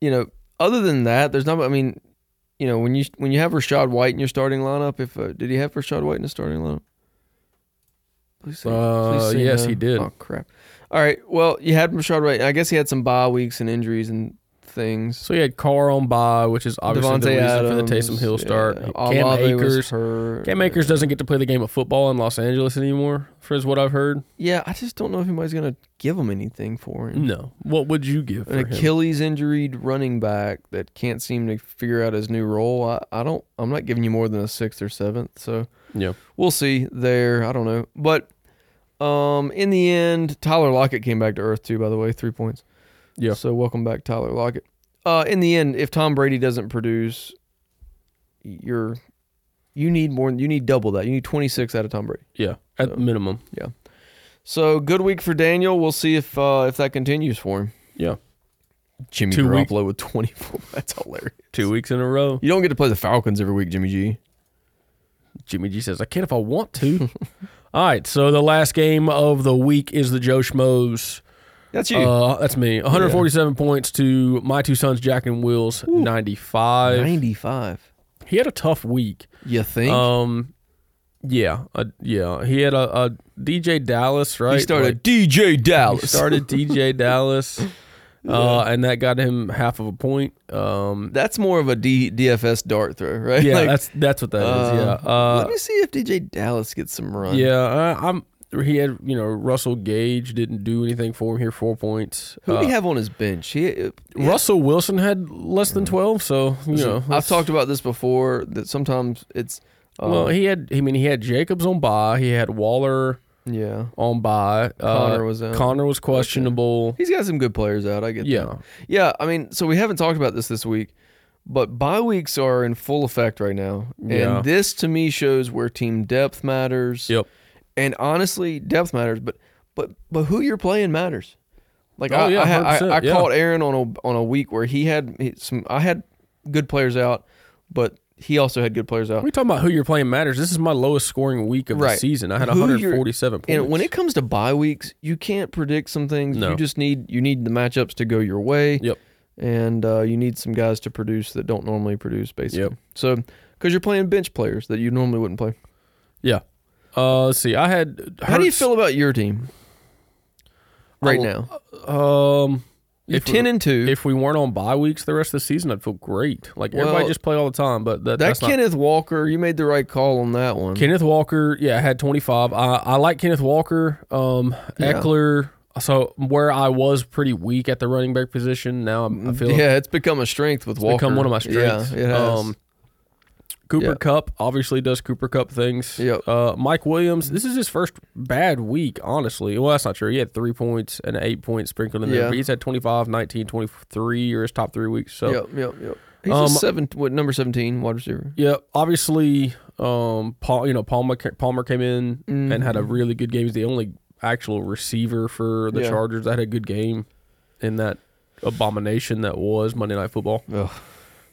Speaker 1: you know, other than that, there's not. I mean, you know, when you when you have Rashad White in your starting lineup, if uh, did he have Rashad White in his starting lineup? Please say,
Speaker 3: Uh, yes, he did.
Speaker 1: Oh crap! All right. Well, you had Rashad White. I guess he had some bye weeks and injuries and things.
Speaker 3: So he had Carr on by, which is obviously the
Speaker 1: Devontae
Speaker 3: reason for the
Speaker 1: Adams,
Speaker 3: Taysom Hill
Speaker 1: yeah.
Speaker 3: start. Cam
Speaker 1: Olave was
Speaker 3: Akers.
Speaker 1: hurt.
Speaker 3: Cam Akers doesn't get to play the game of football in Los Angeles anymore, for is what I've heard.
Speaker 1: Yeah, I just don't know if anybody's gonna give him anything for him.
Speaker 3: No. What would you give for
Speaker 1: an
Speaker 3: him?
Speaker 1: Achilles injured running back that can't seem to figure out his new role. I, I don't I'm not giving you more than a sixth or seventh. So
Speaker 3: yeah.
Speaker 1: we'll see there. I don't know. But um in the end, Tyler Lockett came back to earth too, by the way, three points.
Speaker 3: Yeah.
Speaker 1: So welcome back, Tyler Lockett. Uh in the end, if Tom Brady doesn't produce you're you need more you need double that. You need twenty six out of Tom Brady.
Speaker 3: Yeah. At
Speaker 1: So-
Speaker 3: minimum.
Speaker 1: So good week for Daniel. We'll see if uh if that continues for him.
Speaker 3: Yeah.
Speaker 1: Jimmy
Speaker 3: Two week-
Speaker 1: Garoppolo with twenty four. That's hilarious.
Speaker 3: Two weeks in a row.
Speaker 1: You don't get to play the Falcons every week, Jimmy G.
Speaker 3: Jimmy G says, I can if I want to. All right. So the last game of the week is the Joe Schmoes.
Speaker 1: That's you.
Speaker 3: Uh, that's me. 147 points to my two sons, Jack and Wills, 95.
Speaker 1: 95.
Speaker 3: He had a tough week.
Speaker 1: You think?
Speaker 3: Um, yeah, uh, yeah. He had a, a DJ Dallas, right?
Speaker 1: he started
Speaker 3: Like,
Speaker 1: DJ Dallas.
Speaker 3: he started DJ Dallas, uh, and that got him half of a point. Um,
Speaker 1: That's more of a D, DFS dart throw, right?
Speaker 3: yeah,
Speaker 1: Like,
Speaker 3: that's that's what that is.
Speaker 1: uh,
Speaker 3: Yeah, uh,
Speaker 1: let me see if DJ Dallas gets some run.
Speaker 3: yeah. I, I'm. He had you know Russell Gage didn't do anything for him here. Four points.
Speaker 1: Who
Speaker 3: Uh,
Speaker 1: do you have on his bench? He, uh, it-
Speaker 3: Russell Wilson had less than twelve, so you know
Speaker 1: I've
Speaker 3: that's-
Speaker 1: talked about this before that sometimes it's. Uh,
Speaker 3: well, he had. I mean, he had Jacobs on by. He had Waller
Speaker 1: yeah.
Speaker 3: on by.
Speaker 1: Connor
Speaker 3: uh,
Speaker 1: was out.
Speaker 3: Connor was questionable.
Speaker 1: He's got some good players out. I get that.
Speaker 3: Yeah,
Speaker 1: Yeah, I mean, so we haven't talked about this this week, but bye weeks are in full effect right now.
Speaker 3: Yeah.
Speaker 1: And this to me shows where team depth matters.
Speaker 3: Yep.
Speaker 1: And honestly, depth matters, but but but who you're playing matters. Like
Speaker 3: Oh,
Speaker 1: I,
Speaker 3: yeah,
Speaker 1: I, had- I,
Speaker 3: 100%,
Speaker 1: I
Speaker 3: yeah.
Speaker 1: caught Aaron on a on a week where he had he- some. I had good players out, but he also had good players out.
Speaker 3: We talking about who you're playing matters. This is my lowest scoring week of the
Speaker 1: Right.
Speaker 3: season. I had
Speaker 1: Who you're-
Speaker 3: 147 points.
Speaker 1: And when it comes to bye weeks, you can't predict some things.
Speaker 3: No.
Speaker 1: You just need you need the matchups to go your way.
Speaker 3: Yep.
Speaker 1: And uh, you need some guys to produce that don't normally produce, basically.
Speaker 3: Yep.
Speaker 1: So because you're playing bench players that you normally wouldn't play.
Speaker 3: yeah. Uh, let's see. I had.
Speaker 1: How do you
Speaker 3: Hurts-
Speaker 1: feel about your team right
Speaker 3: I'll-
Speaker 1: now?
Speaker 3: Um,
Speaker 1: You're
Speaker 3: if we-
Speaker 1: ten and two.
Speaker 3: if we weren't on bye weeks the rest of the season, I'd feel great. Like everybody
Speaker 1: Well,
Speaker 3: just play all the time, but that,
Speaker 1: that
Speaker 3: that's not.
Speaker 1: Kenneth Walker, you made the right call on that one.
Speaker 3: Kenneth Walker, yeah, I had 25. I, I like Kenneth Walker. Um,
Speaker 1: Yeah.
Speaker 3: Eckler. So where I was pretty weak at the running back position, now I'm, I feel
Speaker 1: yeah, it's become a strength with Walker.
Speaker 3: become one of my strengths.
Speaker 1: Yeah, it has.
Speaker 3: Um, Cooper
Speaker 1: Yeah.
Speaker 3: Cup obviously does Cooper Cup things.
Speaker 1: Yep.
Speaker 3: Uh, Mike Williams, this is his first bad week, honestly. Well, that's not true. He had three points and an eight point sprinkled in there,
Speaker 1: Yeah.
Speaker 3: but he's had 25, 19, 23 or his top three weeks. So,
Speaker 1: Yep, yep, yep. He's
Speaker 3: Um,
Speaker 1: a seven, what, number 17 wide receiver.
Speaker 3: yeah, obviously, um, Paul, you know, Palmer, ca- Palmer came in and had a really good game. He's the only actual receiver for the
Speaker 1: Mm-hmm. Yeah.
Speaker 3: Chargers that had a good game in that abomination that was Monday Night Football.
Speaker 1: Ugh.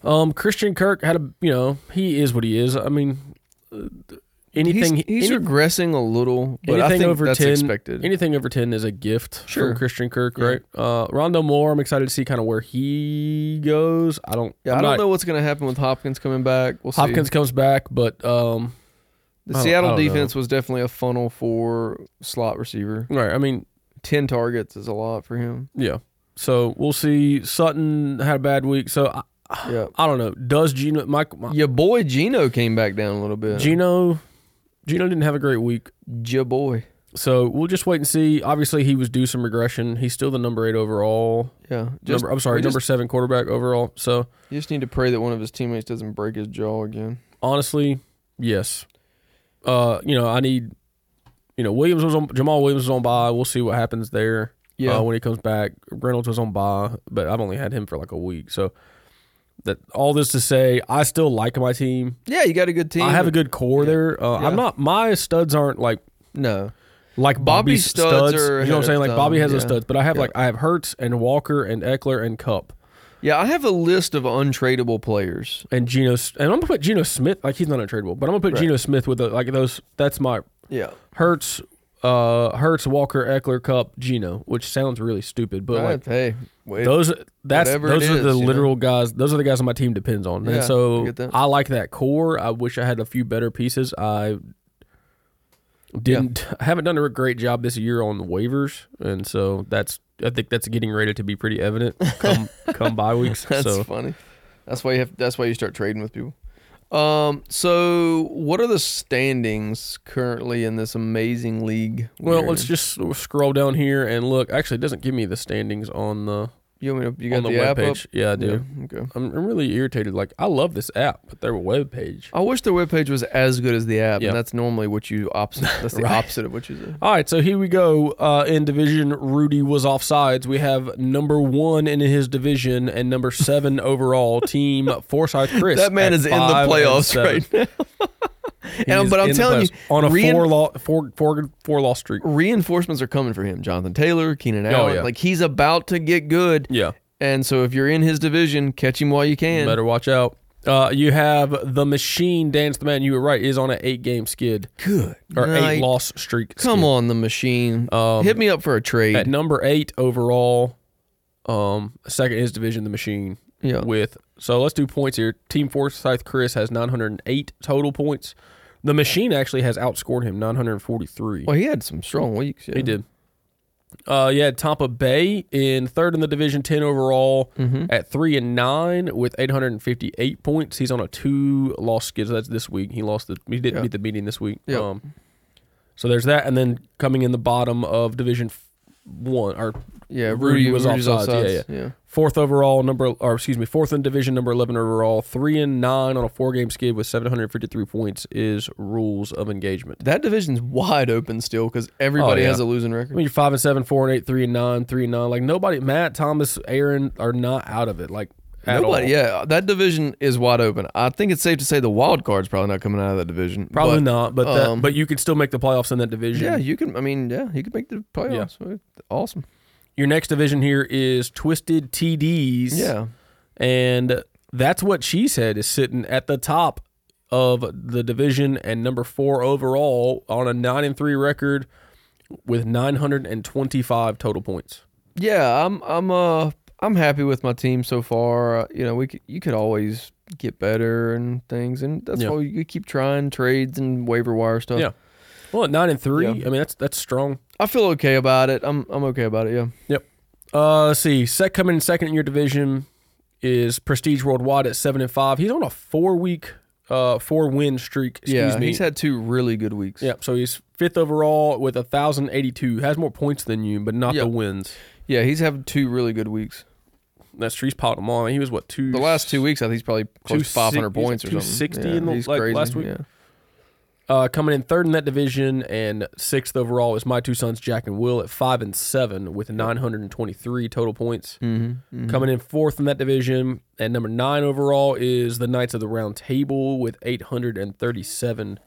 Speaker 3: Um, Christian Kirk had a, you know, he is what he is. I mean, uh, anything
Speaker 1: He's, he's
Speaker 3: any-
Speaker 1: regressing a little, but I
Speaker 3: anything
Speaker 1: think
Speaker 3: over
Speaker 1: that's
Speaker 3: 10
Speaker 1: expected.
Speaker 3: anything over ten is a gift
Speaker 1: Sure.
Speaker 3: from Christian Kirk,
Speaker 1: Yeah.
Speaker 3: right? Uh, Rondo Moore, I'm excited to see kind of where he goes. I don't,
Speaker 1: yeah,
Speaker 3: I'm
Speaker 1: I don't
Speaker 3: not-
Speaker 1: know what's going to happen with Hopkins coming back. We'll see.
Speaker 3: Hopkins comes back, but um, I
Speaker 1: The
Speaker 3: don't- I
Speaker 1: Seattle
Speaker 3: don't know.
Speaker 1: defense was definitely a funnel for slot receiver.
Speaker 3: right. I mean,
Speaker 1: Ten targets is a lot for him.
Speaker 3: yeah. So we'll see. Sutton had a bad week, so I,
Speaker 1: Yeah,
Speaker 3: I don't know. Does Gino? Mike, my,
Speaker 1: your boy Gino came back down a little bit.
Speaker 3: Gino, Gino didn't have a great week.
Speaker 1: your boy.
Speaker 3: So we'll just wait and see. Obviously, he was due some regression. He's still the number eight overall.
Speaker 1: Yeah, just,
Speaker 3: number, I'm sorry,
Speaker 1: we
Speaker 3: number
Speaker 1: Just,
Speaker 3: seven quarterback overall. So
Speaker 1: you just need to pray that one of his teammates doesn't break his jaw again.
Speaker 3: honestly, yes. Uh, you know, I need. You know, Williams was on Jamal Williams was on by. We'll see what happens there.
Speaker 1: Yeah,
Speaker 3: uh, when he comes back, Reynolds was on by, but I've only had him for like a week. So that all this to say, I still like my team.
Speaker 1: yeah, you got a good team.
Speaker 3: I have a good core there. Uh,
Speaker 1: Yeah.
Speaker 3: I'm not my studs aren't like
Speaker 1: no.
Speaker 3: like Bobby's
Speaker 1: Bobby's
Speaker 3: studs.
Speaker 1: studs are
Speaker 3: you
Speaker 1: ahead
Speaker 3: know what I'm
Speaker 1: of
Speaker 3: saying? Like Bobby
Speaker 1: time,
Speaker 3: has those
Speaker 1: yeah.
Speaker 3: studs, but I have
Speaker 1: Yeah.
Speaker 3: like I have Hertz and Walker and Eckler and Cup
Speaker 1: Yeah, I have a list of untradeable players.
Speaker 3: and Geno S- and I'm gonna put Geno Smith. Like he's not untradeable, but I'm gonna put
Speaker 1: Right.
Speaker 3: Geno Smith with the, like those. That's my
Speaker 1: Yeah,
Speaker 3: Hertz, uh, Hertz, Walker, Eckler, Cup, Geno, which sounds really stupid, but like.
Speaker 1: hey, wait,
Speaker 3: Those that's
Speaker 1: whatever
Speaker 3: those
Speaker 1: it
Speaker 3: are the
Speaker 1: is, you know?
Speaker 3: literal guys. Those are the guys on my team depends on.
Speaker 1: Yeah,
Speaker 3: and so
Speaker 1: I get that.
Speaker 3: I like that core. I wish I had a few better pieces. I didn't. I haven't done a great job this year on the waivers, and so that's. I think that's getting ready to be pretty evident come come by weeks.
Speaker 1: that's
Speaker 3: so
Speaker 1: funny. That's why you have. That's why you start trading with people. Um. So, what are the standings currently in this amazing league?
Speaker 3: well,
Speaker 1: we're
Speaker 3: let's
Speaker 1: in?
Speaker 3: just scroll down here and look. Actually, it doesn't give me the standings on the
Speaker 1: You, want me to, you got
Speaker 3: on the,
Speaker 1: app
Speaker 3: web
Speaker 1: up?
Speaker 3: page. Yeah, I do.
Speaker 1: Yeah, okay.
Speaker 3: I'm I'm really irritated. Like I love this app, but their web page.
Speaker 1: I wish their webpage was as good as the app,
Speaker 3: Yeah.
Speaker 1: and that's normally what you opposite. That's the
Speaker 3: Right.
Speaker 1: opposite of what you do.
Speaker 3: All right, so here we go. Uh, in division, Rudy was off sides. We have number one in his division and number seven overall team, Forsyth Chris.
Speaker 1: That man
Speaker 3: at
Speaker 1: is in the
Speaker 3: five and
Speaker 1: playoffs
Speaker 3: seven.
Speaker 1: right now. And-
Speaker 3: He's
Speaker 1: but I'm
Speaker 3: in the
Speaker 1: telling you,
Speaker 3: playoffs on a
Speaker 1: rein-
Speaker 3: four, lo- four, four, four loss streak.
Speaker 1: Reinforcements are coming for him. Jonathan Taylor, Keenan Allen.
Speaker 3: Oh, yeah.
Speaker 1: Like he's about to get good.
Speaker 3: Yeah,
Speaker 1: And so if you're in his division, catch him while you can.
Speaker 3: better watch out. Uh, you have the machine, Dance the Man. You were right; is on an eight-game skid
Speaker 1: Good.
Speaker 3: or
Speaker 1: night.
Speaker 3: eight loss streak.
Speaker 1: Come on, the machine.
Speaker 3: Um,
Speaker 1: Hit me up for a trade.
Speaker 3: at number eight overall. Um, second in his division, the machine.
Speaker 1: yeah.
Speaker 3: with. So let's do points here. Team Forsyth Chris has 908 total points. The machine actually has outscored him 943.
Speaker 1: Well, he had some strong weeks. Yeah.
Speaker 3: He did. Uh, you had Tampa Bay in third in the division, 10 overall
Speaker 1: Mm-hmm.
Speaker 3: at 3 and 9 with 858 points. He's on a two loss skid. So that's this week. He lost the he didn't
Speaker 1: Yeah.
Speaker 3: beat the meeting this week.
Speaker 1: Yeah.
Speaker 3: Um so there's that and then coming in the bottom of division f- 1 or
Speaker 1: Yeah. Rudy,
Speaker 3: Rudy was
Speaker 1: Rudy's
Speaker 3: offsides, yeah,
Speaker 1: offsides, yeah.
Speaker 3: Fourth overall, number or excuse me, fourth in division, number eleven overall, three and nine on a four-game skid with seven hundred fifty-three points is rules of engagement.
Speaker 1: That division's wide open still because everybody
Speaker 3: Oh, yeah.
Speaker 1: has a losing
Speaker 3: I
Speaker 1: record.
Speaker 3: mean, you're five and seven, four and eight, three and nine, three and nine. Like nobody, Matt, Thomas, Aaron are not out of it. Like at
Speaker 1: Nobody,
Speaker 3: all.
Speaker 1: yeah, that division is wide open. I think it's safe to say the wild card's probably not coming out of that division.
Speaker 3: probably
Speaker 1: but,
Speaker 3: not. But that,
Speaker 1: um,
Speaker 3: but you could still make the playoffs in that division.
Speaker 1: Yeah, you can. I mean, yeah, you can make the playoffs. Awesome.
Speaker 3: Your next division here is Twisted TDs.
Speaker 1: Yeah,
Speaker 3: And that's what she said is sitting at the top of the division and number four overall on a nine and three record with 925 total points.
Speaker 1: yeah. I'm, I'm, uh, I'm happy with my team so far. Uh, you know, we could, you could always get better and things, and that's
Speaker 3: Yeah.
Speaker 1: why you keep trying trades and waiver wire stuff.
Speaker 3: Yeah. Well, at nine and three,
Speaker 1: Yeah.
Speaker 3: I mean that's that's strong.
Speaker 1: I feel okay about it. I'm, I'm okay about it. Yeah.
Speaker 3: Uh, let's see, sec coming in second in your division is Prestige Worldwide at seven and five. He's on a four week, uh, four win streak. Excuse
Speaker 1: yeah.
Speaker 3: me.
Speaker 1: He's had two really good weeks.
Speaker 3: yep. So he's fifth overall with a thousand eighty two. Has more points than you, but not
Speaker 1: Yeah.
Speaker 3: the wins.
Speaker 1: Yeah. He's had two really good weeks.
Speaker 3: That's Trees Palomar. He was what two?
Speaker 1: The last two weeks, I think he's probably close to 500
Speaker 3: six- he's
Speaker 1: points or something.
Speaker 3: 260
Speaker 1: Yeah,
Speaker 3: in the-
Speaker 1: he's
Speaker 3: like, last week.
Speaker 1: Yeah.
Speaker 3: Uh, coming in third in that division and sixth overall is my two sons, Jack and Will, at five and seven with 923 total points.
Speaker 1: Mm-hmm.
Speaker 3: Coming in fourth in that division and number nine overall is the Knights of the Round Table with 837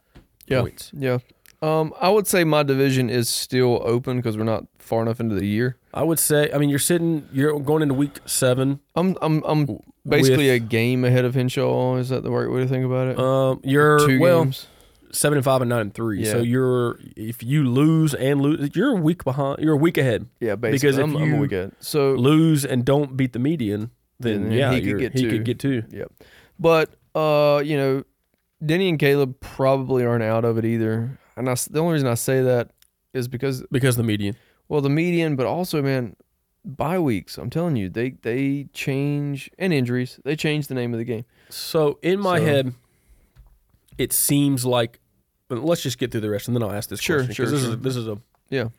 Speaker 1: Yeah.
Speaker 3: points.
Speaker 1: Yeah. Um, I would say my division is still open because we're not far enough into the year.
Speaker 3: I would say, I mean, you're sitting, you're going into week seven.
Speaker 1: I'm I'm I'm basically a game ahead of Henshaw. Is that the right way to think about it?
Speaker 3: Um, you're
Speaker 1: Two
Speaker 3: well
Speaker 1: games.
Speaker 3: seven and five and nine and three. So
Speaker 1: Yeah.
Speaker 3: you're if you lose and lose, you're a week behind. You're a week ahead.
Speaker 1: Yeah, basically.
Speaker 3: because if
Speaker 1: I'm, I'm
Speaker 3: you-
Speaker 1: a weekend. So
Speaker 3: Lose and don't beat the median, then
Speaker 1: Then
Speaker 3: yeah,
Speaker 1: he could
Speaker 3: you're-
Speaker 1: get
Speaker 3: he
Speaker 1: two.
Speaker 3: could get two.
Speaker 1: Yep. But uh, you know, Denny and Caleb probably aren't out of it either. And I s the only reason I say that is because
Speaker 3: because of the median.
Speaker 1: well, the median, but also man, bye weeks. I'm telling you, they they change and injuries. They change the name of the game.
Speaker 3: So in my
Speaker 1: So-
Speaker 3: head, it seems like. but Let's just get through the rest, and then I'll ask this
Speaker 1: Sure,
Speaker 3: question. 'cause
Speaker 1: sure,
Speaker 3: This
Speaker 1: sure.
Speaker 3: is this is a
Speaker 1: Yeah.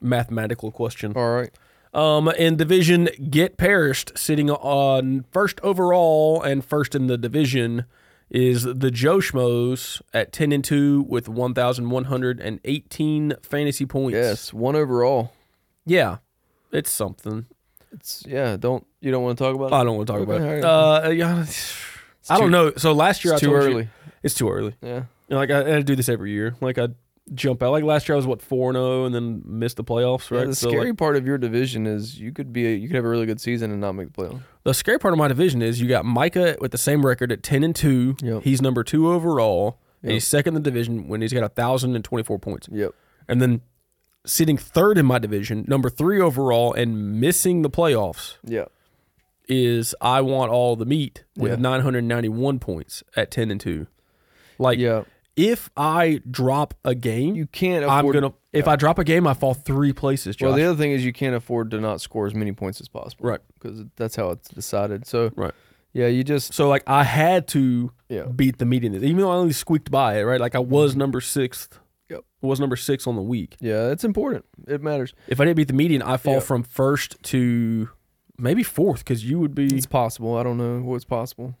Speaker 3: mathematical question.
Speaker 1: All right.
Speaker 3: Um, in division, get perished, sitting on first overall and first in the division is the Joe Schmoes at ten and two with one thousand one hundred and eighteen fantasy points.
Speaker 1: Yes, one overall.
Speaker 3: yeah, it's something.
Speaker 1: It's yeah. Don't you don't want to talk about it?
Speaker 3: I don't want to talk about
Speaker 1: Okay,
Speaker 3: it.
Speaker 1: all
Speaker 3: Uh, yeah, I don't
Speaker 1: too-
Speaker 3: know. So last year,
Speaker 1: It's
Speaker 3: I
Speaker 1: too
Speaker 3: told you-
Speaker 1: early.
Speaker 3: it's too early.
Speaker 1: Yeah.
Speaker 3: And, like I, I do this every year. Like I jump out. Like last year, I was what four and zero, and then missed the playoffs. Right.
Speaker 1: yeah the
Speaker 3: So, like,
Speaker 1: scary part of your division is you could be a, you could have a really good season and not make the playoffs.
Speaker 3: The scary part of my division is you got Micah with the same record at ten and two.
Speaker 1: Yep.
Speaker 3: He's number two overall, and
Speaker 1: Yep.
Speaker 3: he's second in the division when he's got thousand and twenty four points.
Speaker 1: Yep.
Speaker 3: And then sitting third in my division, number three overall, and missing the playoffs
Speaker 1: Yeah.
Speaker 3: is I want all the meat with
Speaker 1: Yeah.
Speaker 3: nine hundred ninety one points at ten and two. Like
Speaker 1: Yeah.
Speaker 3: if I drop a game,
Speaker 1: You can't afford
Speaker 3: I'm gonna. If I drop a game, I fall three places. Josh.
Speaker 1: Well, the other thing is you can't afford to not score as many points as possible,
Speaker 3: Right.
Speaker 1: Because that's how it's decided. So,
Speaker 3: Right.
Speaker 1: yeah, you just
Speaker 3: So like I had to
Speaker 1: Yeah. Mm-hmm.
Speaker 3: beat the meeting, even though I only squeaked by it, right? Like I was number sixth.
Speaker 1: Yep.
Speaker 3: Was number six on the week.
Speaker 1: yeah, it's important. It matters.
Speaker 3: If I didn't beat the median, I fall
Speaker 1: Yeah.
Speaker 3: from first to maybe fourth because you would be.
Speaker 1: It's possible. I don't know what's possible.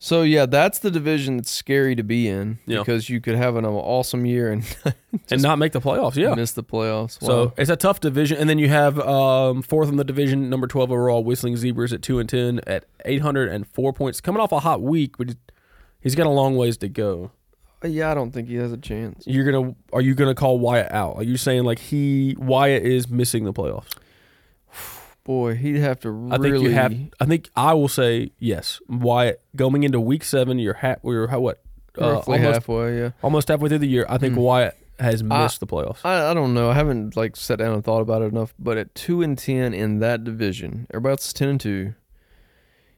Speaker 1: So yeah, that's the division that's scary to be in
Speaker 3: Yeah.
Speaker 1: because you could have an awesome year and
Speaker 3: and not make the playoffs. Yeah.
Speaker 1: miss the playoffs.
Speaker 3: So
Speaker 1: Wow.
Speaker 3: it's a tough division, and then you have um, fourth in the division, number twelve overall, Whistling Zebras at two and ten at eight hundred and four points, coming off a hot week, but he's got a long ways to go.
Speaker 1: yeah, I don't think he has a chance.
Speaker 3: You're gonna are you gonna call Wyatt out? Are you saying like he Wyatt is missing the playoffs?
Speaker 1: Boy, he'd have to really.
Speaker 3: I think you have. I think I will say yes. Wyatt going into week seven, you're ha- we're how what uh,
Speaker 1: roughly
Speaker 3: almost
Speaker 1: halfway. Yeah,
Speaker 3: almost halfway through the year. I think Wyatt has
Speaker 1: I-
Speaker 3: missed the playoffs.
Speaker 1: I, I don't know. I haven't like sat down and thought about it enough. But at two and ten in that division, everybody else is ten and two.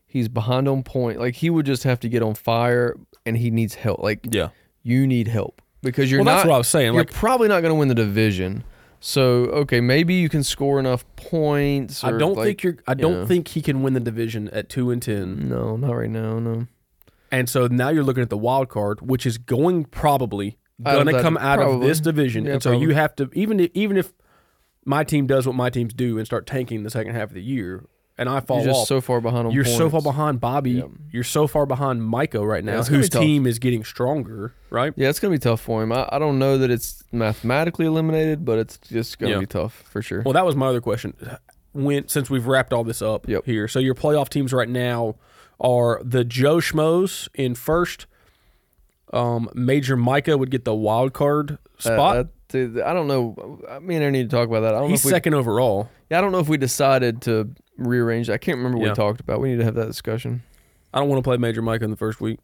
Speaker 1: He's behind on point. Like he would just have to get on fire, and he needs help. Like
Speaker 3: yeah.
Speaker 1: you need help because you're
Speaker 3: Well, that's
Speaker 1: not.
Speaker 3: what I was saying.
Speaker 1: you're
Speaker 3: Like
Speaker 1: probably not going to win the division. So okay, maybe you can score enough points.
Speaker 3: I
Speaker 1: or,
Speaker 3: don't
Speaker 1: like-
Speaker 3: think you're. I don't
Speaker 1: yeah.
Speaker 3: think he can win the division at two and ten.
Speaker 1: No, not right now. No,
Speaker 3: And so now you're looking at the wild card, which is going probably
Speaker 1: Out of
Speaker 3: going to
Speaker 1: that-
Speaker 3: come out of
Speaker 1: probably.
Speaker 3: this division.
Speaker 1: Yeah,
Speaker 3: and so you
Speaker 1: probably.
Speaker 3: have to even if, even if my team does what my teams do and start tanking the second half of the year, and I fall
Speaker 1: you're just
Speaker 3: off,
Speaker 1: so far behind on.
Speaker 3: You're so far
Speaker 1: points.
Speaker 3: behind Bobby.
Speaker 1: Yep.
Speaker 3: You're so far behind Micah right now,
Speaker 1: it's gonna
Speaker 3: whose
Speaker 1: be tough.
Speaker 3: team is getting stronger, right?
Speaker 1: Yeah, it's gonna be tough for him. I, I don't know that it's mathematically eliminated, but it's just gonna
Speaker 3: Yeah.
Speaker 1: be tough for sure.
Speaker 3: Well, that was my other question. When since we've wrapped all this up
Speaker 1: Yep.
Speaker 3: here, so your playoff teams right now are the Joe Schmoes in first. Um, Major Micah would get the wild card
Speaker 1: That-
Speaker 3: spot.
Speaker 1: that- dude, Uh, I don't know. I- Me and I need to talk about that. I don't
Speaker 3: He's
Speaker 1: know if
Speaker 3: second overall.
Speaker 1: we, yeah, I don't know if we decided to rearrange. I can't remember what
Speaker 3: Yeah.
Speaker 1: we talked about. We need to have that discussion.
Speaker 3: I don't want to play Major Micah in the first week.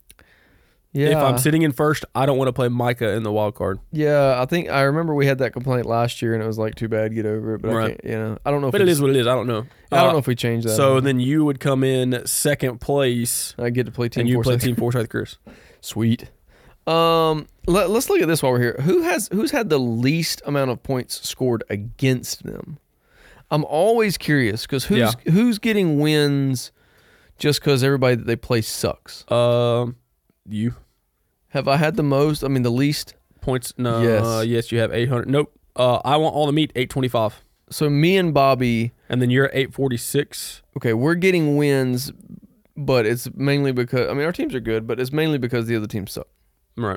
Speaker 1: Yeah,
Speaker 3: If I'm sitting in first, I don't want to play Micah in the wild card.
Speaker 1: yeah. I think I remember we had that complaint last year, and it was like, too bad, get over it. But
Speaker 3: Right.
Speaker 1: I can't, you know, I don't know. If
Speaker 3: But
Speaker 1: we
Speaker 3: it is
Speaker 1: just-
Speaker 3: what it is. I don't know.
Speaker 1: I
Speaker 3: Uh,
Speaker 1: don't know if we changed that.
Speaker 3: So then you would come in second place,
Speaker 1: I get to play team.
Speaker 3: and you
Speaker 1: Force
Speaker 3: play
Speaker 1: I think.
Speaker 3: Team Forsyth Chris.
Speaker 1: Sweet. Um, let, us look at this while we're here. Who has who's had the least amount of points scored against them? I'm always curious because who's who's getting wins just because everybody that they play sucks.
Speaker 3: Um, you
Speaker 1: Have I had the most? I mean, the least.
Speaker 3: points? No.
Speaker 1: Yes.
Speaker 3: Yes. yes, you have eight hundred. Nope. Uh, I want all the meat. Eight twenty-five.
Speaker 1: so me and Bobby,
Speaker 3: And then you're at 846.
Speaker 1: okay, we're getting wins, but it's mainly because I mean our teams are good, but it's mainly because the other teams suck.
Speaker 3: Right.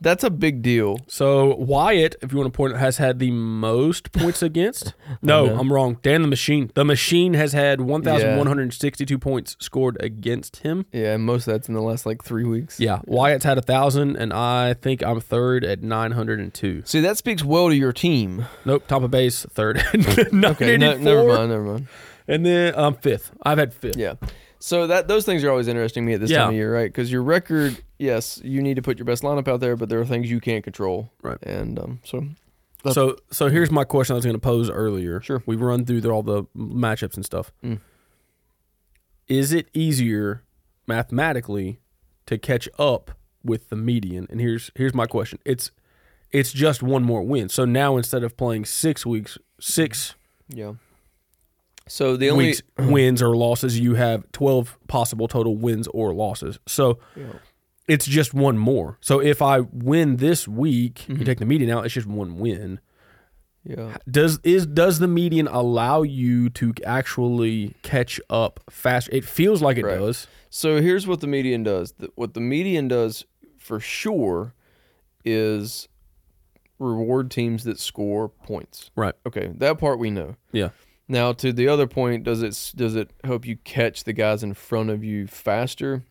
Speaker 1: That's a big deal.
Speaker 3: So Wyatt, if you want to point out, has had the most points against. No,
Speaker 1: know.
Speaker 3: I'm wrong. Dan the Machine. The Machine has had 1,162 points scored against him.
Speaker 1: Yeah, and most of that's in the last like three weeks.
Speaker 3: Yeah, Wyatt's had a thousand, and I think I'm third at 902.
Speaker 1: See, that speaks well to your team.
Speaker 3: Nope, top of base third. okay,
Speaker 1: Okay, no, never mind, never mind.
Speaker 3: And then I'm fifth. I've had fifth.
Speaker 1: Yeah. So that those things are always interesting to me at this
Speaker 3: Yeah.
Speaker 1: time of year, right? Because your record, yes, you need to put your best lineup out there, but there are things you can't control.
Speaker 3: Right.
Speaker 1: And um, so That's-
Speaker 3: So, so here's my question I was going to pose earlier.
Speaker 1: Sure.
Speaker 3: We've run through the, all the matchups and stuff.
Speaker 1: Mm.
Speaker 3: Is it easier mathematically to catch up with the median? And here's here's my question. It's it's just one more win. So now instead of playing six weeks, six
Speaker 1: yeah. So the only
Speaker 3: weeks wins or losses, you have twelve possible total wins or losses. So
Speaker 1: Yeah.
Speaker 3: it's just one more. So if I win this week,
Speaker 1: Mm-hmm.
Speaker 3: you take the median out. It's just one win.
Speaker 1: yeah.
Speaker 3: Does is does the median allow you to actually catch up faster? It feels like it
Speaker 1: Right.
Speaker 3: does.
Speaker 1: So here's what the median does. Th- What the median does for sure is reward teams that score points.
Speaker 3: Right.
Speaker 1: Okay, that part we know.
Speaker 3: Yeah.
Speaker 1: Now to the other point, does it does it help you catch the guys in front of you faster?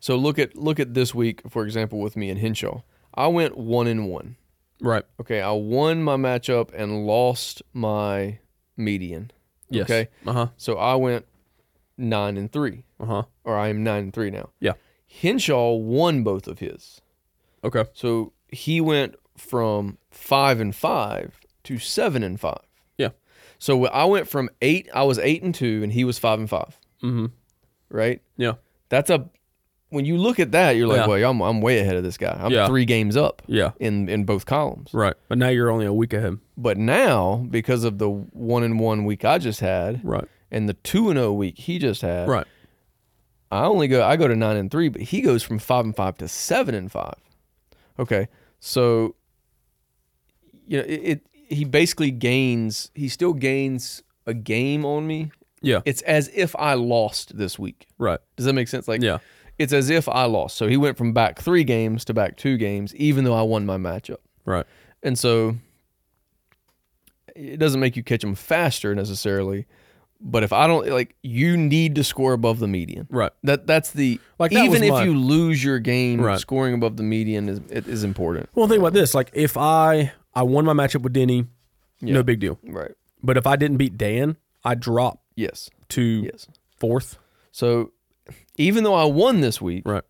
Speaker 1: So look at look at this week, for example, with me and Henshaw. I went one and one.
Speaker 3: Right.
Speaker 1: Okay, I won my matchup and lost my median.
Speaker 3: Yes.
Speaker 1: Okay.
Speaker 3: Uh huh.
Speaker 1: So I went nine and three,
Speaker 3: Uh huh.
Speaker 1: or I am nine and three now.
Speaker 3: Yeah.
Speaker 1: Henshaw won both of his,
Speaker 3: Okay.
Speaker 1: so he went from five and five to seven and five.
Speaker 3: Yeah.
Speaker 1: So I went from eight. I was eight and two, and he was five and five.
Speaker 3: Mm-hmm.
Speaker 1: Right.
Speaker 3: Yeah.
Speaker 1: That's a. When you look at that, you're like,
Speaker 3: Yeah.
Speaker 1: well, I'm, I'm way ahead of this guy. I'm
Speaker 3: Yeah.
Speaker 1: three games up
Speaker 3: Yeah.
Speaker 1: in in both columns.
Speaker 3: Right. But now you're only a week ahead.
Speaker 1: But now, because of the one and one week I just had,
Speaker 3: Right.
Speaker 1: and the two and zero week he just had,
Speaker 3: Right.
Speaker 1: I only go I go to nine and three, but he goes from five and five to seven and five. Okay, so you know it. it he basically gains. He still gains a game on me.
Speaker 3: Yeah.
Speaker 1: It's as if I lost this week.
Speaker 3: Right.
Speaker 1: Does that make sense? Like,
Speaker 3: Yeah.
Speaker 1: it's as if I lost. So he went from back three games to back two games, even though I won my matchup.
Speaker 3: Right.
Speaker 1: And so it doesn't make you catch them faster necessarily. But if I don't like, you need to score above the median.
Speaker 3: Right.
Speaker 1: That that's the
Speaker 3: Like, that was
Speaker 1: even if
Speaker 3: my-
Speaker 1: you lose your game,
Speaker 3: Right.
Speaker 1: scoring above the median is it is important.
Speaker 3: Well, think about this. Like if I I won my matchup with Denny,
Speaker 1: Yeah.
Speaker 3: no big deal.
Speaker 1: Right.
Speaker 3: But if I didn't beat Dan, I drop
Speaker 1: Yes.
Speaker 3: to
Speaker 1: Yes.
Speaker 3: fourth.
Speaker 1: So even though I won this week,
Speaker 3: Right.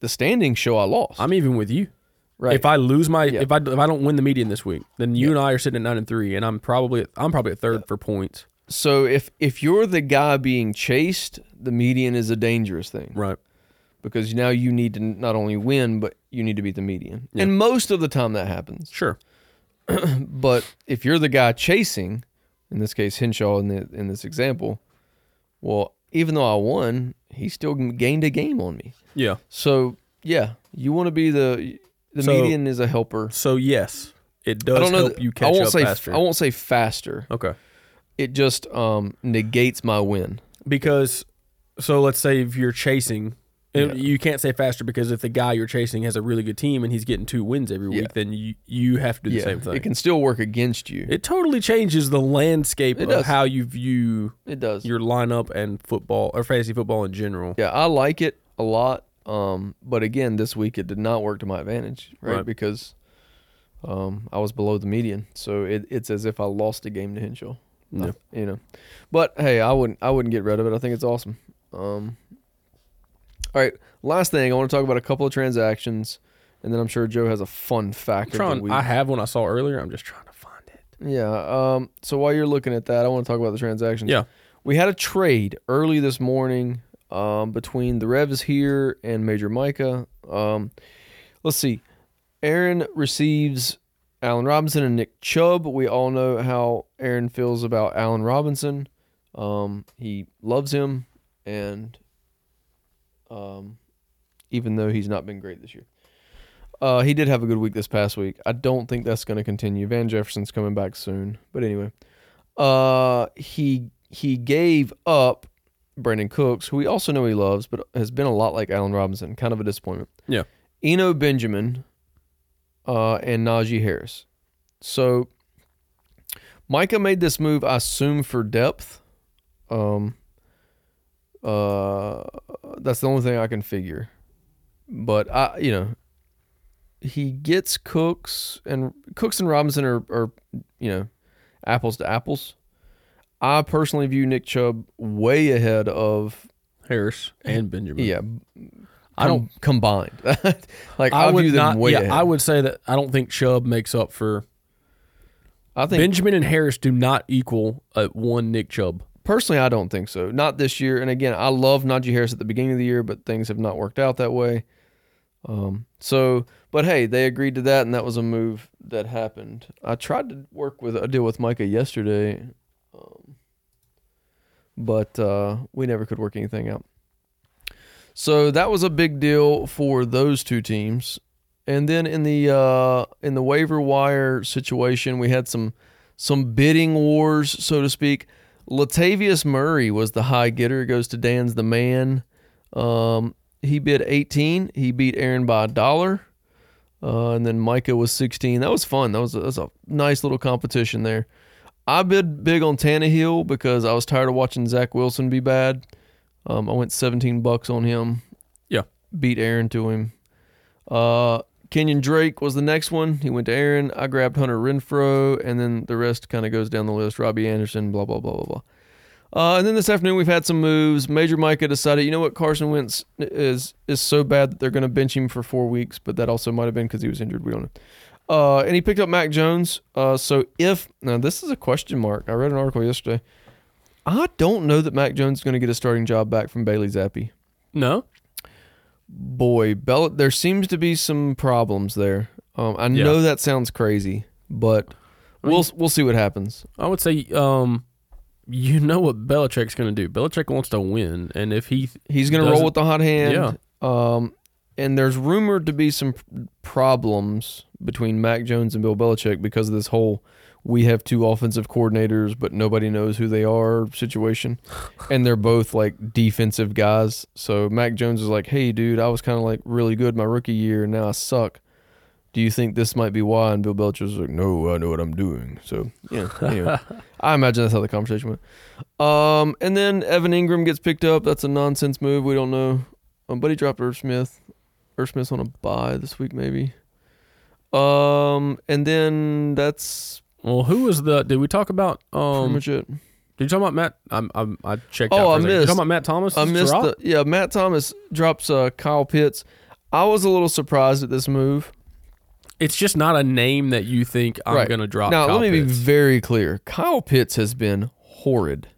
Speaker 1: the standings show I lost.
Speaker 3: I'm even with you.
Speaker 1: right.
Speaker 3: If I lose my
Speaker 1: Yeah.
Speaker 3: if I if I don't win the median this week, then you and I are sitting at nine and three, and I'm probably I'm probably at third for points.
Speaker 1: so if if you're the guy being chased, the median is a dangerous thing.
Speaker 3: Right.
Speaker 1: because now you need to not only win but you need to beat the median and most of the time that happens
Speaker 3: Sure.
Speaker 1: but if you're the guy chasing in this case henshaw in, the, in this example well even though i won he still gained a game on me
Speaker 3: Yeah.
Speaker 1: so yeah you want to be the the
Speaker 3: So-
Speaker 1: median is a helper
Speaker 3: So yes, it does
Speaker 1: i don't know
Speaker 3: help
Speaker 1: that-
Speaker 3: you catch
Speaker 1: i won't
Speaker 3: up
Speaker 1: say
Speaker 3: faster. Oh.
Speaker 1: i won't say faster
Speaker 3: okay.
Speaker 1: it just um, negates my win
Speaker 3: Because so let's say if you're chasing and
Speaker 1: Yeah.
Speaker 3: You can't say faster because if the guy you're chasing has a really good team and he's getting two wins every week,
Speaker 1: Yeah.
Speaker 3: then you, you have to do the same thing.
Speaker 1: it
Speaker 3: It,
Speaker 1: can still work against you it,
Speaker 3: totally changes the landscape
Speaker 1: It
Speaker 3: of
Speaker 1: does.
Speaker 3: how you view
Speaker 1: does
Speaker 3: your lineup and football or fantasy football in general.
Speaker 1: Yeah, I like it a lot. Um, but again, this week it did not work to my advantage, right?
Speaker 3: Right.
Speaker 1: Because um, I was below the median, so it, it's as if I lost a game to Henshaw.
Speaker 3: Yeah.
Speaker 1: You know, but hey, I wouldn't I wouldn't get rid of it. I think it's awesome. Um, all right, last thing I want to talk about a couple of transactions, and then I'm sure Joe has a fun
Speaker 3: I'm
Speaker 1: fact of the
Speaker 3: trying,
Speaker 1: week.
Speaker 3: I have one I saw earlier. I'm just trying to find it.
Speaker 1: Yeah. Um, so while you're looking at that, I want to talk about the transactions.
Speaker 3: Yeah.
Speaker 1: We had a trade early this morning um, between the Revs here and Major Micah. Um, let's see. Aaron receives Allen Robinson and Nick Chubb. We all know how Aaron feels about Allen Robinson. Um, he loves him, and um, even though he's not been great this year. Uh, he did have a good week this past week. I don't think that's going to continue. Van Jefferson's coming back soon. But anyway, Uh, he he gave up Brandon Cooks, who we also know he loves, but has been a lot like Allen Robinson, kind of a disappointment.
Speaker 3: Yeah.
Speaker 1: Eno Benjamin, uh, and Najee Harris. So Micah made this move, I assume, for depth. Um, uh, that's the only thing I can figure. But I, you know, he gets Cooks and Cooks and Robinson are, are you know, apples to apples. I personally view Nick Chubb way ahead of
Speaker 3: Harris and Benjamin.
Speaker 1: yeah.
Speaker 3: I don't-
Speaker 1: com- combined. like I,
Speaker 3: I, would
Speaker 1: view them
Speaker 3: not.
Speaker 1: way
Speaker 3: yeah,
Speaker 1: ahead.
Speaker 3: I would say that I don't think Chubb makes up for
Speaker 1: I think
Speaker 3: Benjamin and Harris do not equal uh, one Nick Chubb.
Speaker 1: Personally, I don't think so. Not this year. And again, I love Najee Harris at the beginning of the year, but things have not worked out that way. Um, so, but hey, they agreed to that, and that was a move that happened. I tried to work with a deal with Micah yesterday, um, but uh, we never could work anything out. So that was a big deal for those two teams. And then in the uh, in the waiver wire situation, we had some some bidding wars, so to speak. Latavius Murray was the high getter. It goes to Dan's the man. Um, he bid 18. He beat Aaron by a dollar. Uh, and then Micah was 16. That was fun. That was, a, that was a nice little competition there. I bid big on Tannehill because I was tired of watching Zach Wilson be bad. Um, I went 17 bucks on him.
Speaker 3: Yeah.
Speaker 1: Beat Aaron to him. Uh, Kenyon Drake was the next one. He went to Aaron. I grabbed Hunter Renfro, and then the rest kind of goes down the list. Robbie Anderson, blah blah blah blah blah. Uh, and then this afternoon we've had some moves. Major Micah decided, you know what, Carson Wentz is is so bad that they're going to bench him for four weeks, but that also might have been because he was injured. We don't know. Uh, and he picked up Mac Jones. Uh, so if now this is a question mark. I read an article yesterday. I don't know that Mac Jones is going to get a starting job back from Bailey Zappi
Speaker 3: No,
Speaker 1: boy, Bell, there seems to be some problems there. Um, I
Speaker 3: Yeah.
Speaker 1: know that sounds crazy, but we'll we'll see what happens.
Speaker 3: I would say um, you know what Belichick's going to do. Belichick wants to win, and if he
Speaker 1: He's going to roll
Speaker 3: Doesn't-
Speaker 1: with the hot hand.
Speaker 3: Yeah.
Speaker 1: Um, and there's rumored to be some problems between Mac Jones and Bill Belichick because of this whole we have two offensive coordinators, but nobody knows who they are situation. and they're both like defensive guys. So Mac Jones is like, hey, dude, I was kind of like really good my rookie year, and now I suck. Do you think this might be why? And Bill Belichick's like, no, I know what I'm doing. So, yeah. Anyway. I imagine that's how the conversation went. Um, and then Evan Ingram gets picked up. That's a nonsense move. We don't know. Um, but he dropped Irv Smith. Irv Smith's on a buy this week, maybe. Um, and then that's
Speaker 3: well, who was the? Did we talk about?
Speaker 1: pretty
Speaker 3: Um,
Speaker 1: much it.
Speaker 3: did you talk about Matt? I'm, I'm I checked.
Speaker 1: Oh,
Speaker 3: out for
Speaker 1: I
Speaker 3: a second. You
Speaker 1: missed.
Speaker 3: talking about Matt Thomas?
Speaker 1: I missed
Speaker 3: drop?
Speaker 1: the yeah. Matt Thomas drops uh, Kyle Pitts. I was a little surprised at this move.
Speaker 3: It's just not a name that you think I'm
Speaker 1: Right.
Speaker 3: going to drop.
Speaker 1: now let me be
Speaker 3: Pitts.
Speaker 1: very clear. Kyle Pitts has been horrid,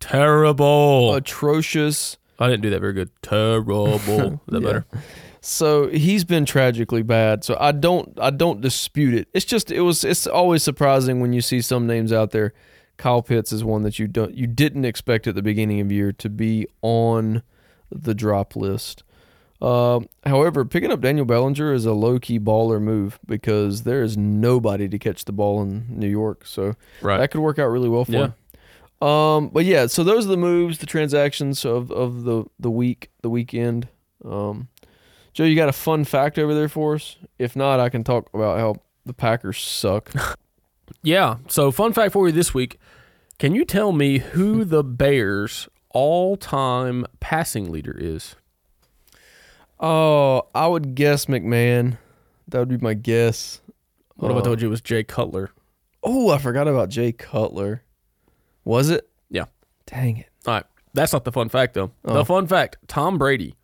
Speaker 3: terrible.
Speaker 1: atrocious.
Speaker 3: I didn't do that very good. Terrible. Is that
Speaker 1: Yeah.
Speaker 3: better?
Speaker 1: So he's been tragically bad. So I don't I don't dispute it. It's just it was it's always surprising when you see some names out there. Kyle Pitts is one that you don't you didn't expect at the beginning of year to be on the drop list. Um, however, picking up Daniel Bellinger is a low key baller move because there is nobody to catch the ball in New York. So
Speaker 3: Right.
Speaker 1: that could work out really well for
Speaker 3: Yeah.
Speaker 1: him. Um, but yeah, so those are the moves, the transactions of, of the, the week, the weekend. Um, Joe, you got a fun fact over there for us? If not, I can talk about how the Packers suck.
Speaker 3: Yeah. So, fun fact for you this week: Can you tell me who the Bears' all-time passing leader is?
Speaker 1: oh, I would guess McMahon. That would be my guess.
Speaker 3: What if I told you it was Jay Cutler?
Speaker 1: Oh, I forgot about Jay Cutler. Was it?
Speaker 3: Yeah.
Speaker 1: Dang it.
Speaker 3: All right. That's not the fun fact though.
Speaker 1: Oh.
Speaker 3: The fun fact: Tom Brady,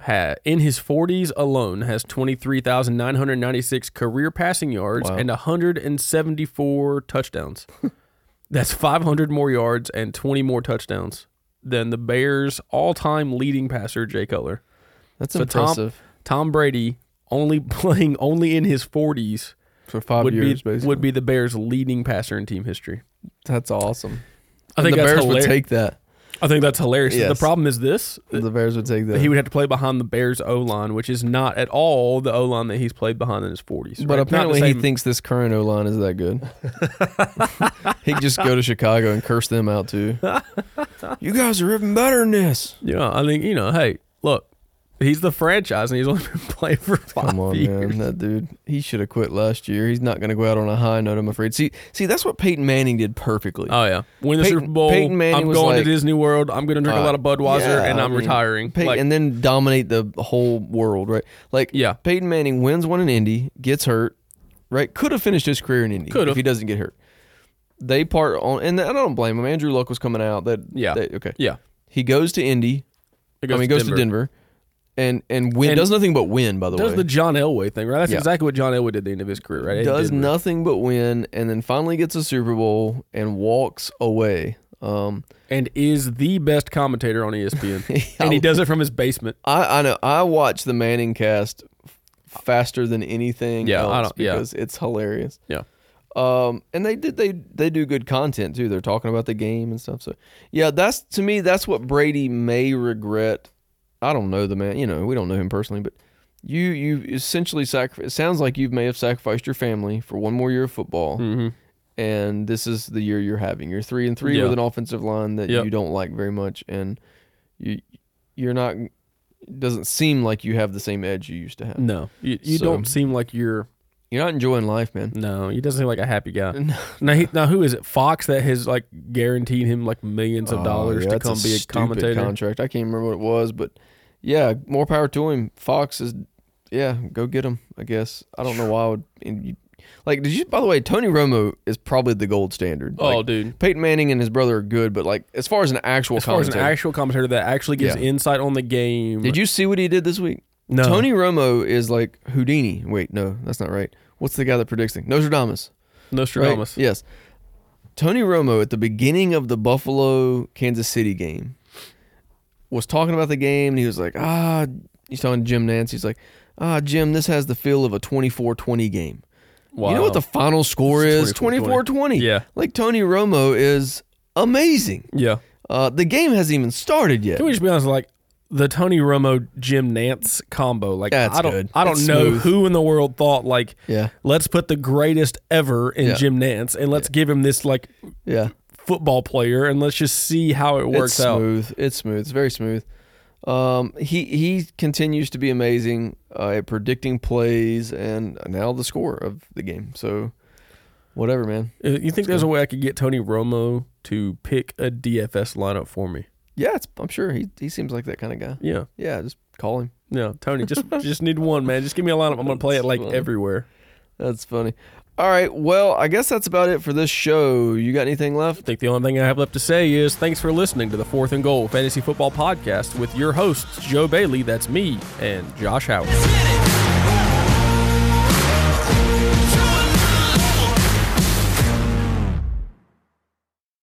Speaker 3: ha in his 40s alone, has 23,996 career passing yards
Speaker 1: Wow.
Speaker 3: and 174 touchdowns. That's 500 more yards and 20 more touchdowns than the Bears' all-time leading passer, Jay Cutler.
Speaker 1: That's
Speaker 3: So Tom-
Speaker 1: impressive.
Speaker 3: Tom Brady only playing only in his 40s
Speaker 1: for five
Speaker 3: would
Speaker 1: years,
Speaker 3: be
Speaker 1: basically.
Speaker 3: would be the Bears leading passer in team history.
Speaker 1: that's awesome.
Speaker 3: I think
Speaker 1: the
Speaker 3: that's
Speaker 1: Bears
Speaker 3: hilarious.
Speaker 1: would take that.
Speaker 3: I think that's hilarious. The
Speaker 1: Yes.
Speaker 3: problem is this:
Speaker 1: The Bears would take that.
Speaker 3: that he would have to play behind the Bears O line, which is not at all the O line that he's played behind in his forties.
Speaker 1: but apparently he thinks this current O line is that good. he could just go to Chicago and curse them out too. you guys are even better than this.
Speaker 3: yeah, I think you know. Hey, look, he's the franchise, and he's only been playing for five
Speaker 1: Come on,
Speaker 3: years.
Speaker 1: man. That dude, he should have quit last year. He's not going to go out on a high note, I'm afraid. See, see, that's what Peyton Manning did perfectly.
Speaker 3: Oh yeah, win the
Speaker 1: Peyton-
Speaker 3: Super Bowl.
Speaker 1: Peyton Manning
Speaker 3: I'm
Speaker 1: was
Speaker 3: going
Speaker 1: like-
Speaker 3: to Disney World. I'm going to drink a
Speaker 1: Uh,
Speaker 3: lot of Budweiser,
Speaker 1: yeah,
Speaker 3: and
Speaker 1: I
Speaker 3: I'm
Speaker 1: mean,
Speaker 3: retiring.
Speaker 1: Pey-
Speaker 3: like,
Speaker 1: and then dominate the whole world, right? Like,
Speaker 3: Yeah.
Speaker 1: Peyton Manning wins one in Indy, gets hurt, right? Could have finished his career in Indy
Speaker 3: Could have.
Speaker 1: if he doesn't get hurt. They part on, and I don't blame him. Andrew Luck was coming out. That
Speaker 3: Yeah.
Speaker 1: that- okay.
Speaker 3: yeah,
Speaker 1: He goes to Indy.
Speaker 3: it
Speaker 1: I mean, goes to Denver, and and win
Speaker 3: And
Speaker 1: does nothing but win. By the
Speaker 3: Does
Speaker 1: way,
Speaker 3: the John Elway thing right? That's
Speaker 1: Yeah.
Speaker 3: exactly what John Elway did at the end of his career, right? He
Speaker 1: does
Speaker 3: did-
Speaker 1: nothing but win, and then finally gets a Super Bowl and walks away. Um,
Speaker 3: and is the best commentator on E ESPN, and he does it from his basement.
Speaker 1: I, I know I watch the Manning cast f- faster than anything
Speaker 3: Yeah,
Speaker 1: else
Speaker 3: I don't- yeah.
Speaker 1: because it's hilarious.
Speaker 3: Yeah.
Speaker 1: Um, and they did they they do good content too. They're talking about the game and stuff. So yeah, that's to me that's what Brady may regret. I don't know the man. You know, we don't know him personally, but you you essentially sacrifice. It sounds like you may have sacrificed your family for one more year of football,
Speaker 3: Mm-hmm.
Speaker 1: and this is the year you're having. You're three and three
Speaker 3: Yeah.
Speaker 1: with an offensive line that
Speaker 3: Yep.
Speaker 1: you don't like very much, and you you're not. Doesn't seem like you have the same edge you used to have.
Speaker 3: No, you, you
Speaker 1: So-
Speaker 3: don't seem like you're.
Speaker 1: You're not enjoying life, man.
Speaker 3: No, he doesn't seem like a happy guy.
Speaker 1: No.
Speaker 3: Now, he, now who is it? Fox that has like guaranteed him like millions of
Speaker 1: Oh,
Speaker 3: dollars
Speaker 1: yeah,
Speaker 3: to
Speaker 1: that's
Speaker 3: come be a
Speaker 1: stupid
Speaker 3: commentator.
Speaker 1: Contract. I can't remember what it was, but yeah, more power to him. Fox is, yeah, go get him. I guess I don't know why I would. And you, like, did you? By the way, Tony Romo is probably the gold standard.
Speaker 3: oh,
Speaker 1: Like,
Speaker 3: dude.
Speaker 1: Peyton Manning and his brother are good, but like as far as an actual
Speaker 3: As far as an
Speaker 1: commentator,
Speaker 3: actual commentator that actually gives
Speaker 1: Yeah.
Speaker 3: insight on the game.
Speaker 1: did you see what he did this week?
Speaker 3: No.
Speaker 1: Tony Romo is like Houdini. Wait, no, that's not right. What's the guy that predicts things? Nostradamus.
Speaker 3: Nostradamus?
Speaker 1: Right? Yes. Tony Romo at the beginning of the Buffalo Kansas City game was talking about the game and he was like, ah, he's talking to Jim Nance. He's like, ah, Jim, this has the feel of a 24 20 game.
Speaker 3: Wow.
Speaker 1: You know what the final score
Speaker 3: It's
Speaker 1: is? 24
Speaker 3: 24-20.
Speaker 1: 20.
Speaker 3: Yeah.
Speaker 1: Like Tony Romo is amazing.
Speaker 3: Yeah.
Speaker 1: Uh, the game hasn't even started yet.
Speaker 3: Can we just be honest? Like the Tony Romo Jim Nance combo. Like
Speaker 1: That's
Speaker 3: I don't
Speaker 1: good.
Speaker 3: I don't
Speaker 1: That's
Speaker 3: know
Speaker 1: smooth.
Speaker 3: who in the world thought like
Speaker 1: Yeah.
Speaker 3: let's put the greatest ever in
Speaker 1: Yeah.
Speaker 3: Jim Nance and let's give him this like
Speaker 1: Yeah.
Speaker 3: football player and let's just see how it works
Speaker 1: it's
Speaker 3: out.
Speaker 1: smooth. It's smooth. It's very smooth. Um, he he continues to be amazing uh, at predicting plays and now the score of the game. So, whatever, man.
Speaker 3: Uh, You think there's a way I could get Tony Romo to pick a DFS lineup for me?
Speaker 1: Yeah, it's, I'm sure he he seems like that kind of guy.
Speaker 3: Yeah.
Speaker 1: Yeah, just call him.
Speaker 3: Yeah, Tony, just just need one, man. Just give me a lineup. I'm gonna play it like
Speaker 1: That's
Speaker 3: everywhere.
Speaker 1: That's funny. All right, well, I guess that's about it for this show. You got anything
Speaker 3: I
Speaker 1: left?
Speaker 3: think the only thing I have left to say is thanks for listening to the Fourth and Goal Fantasy Football Podcast with your hosts, Joe Bailey, that's me, and Josh Howard.
Speaker 2: Let's get it.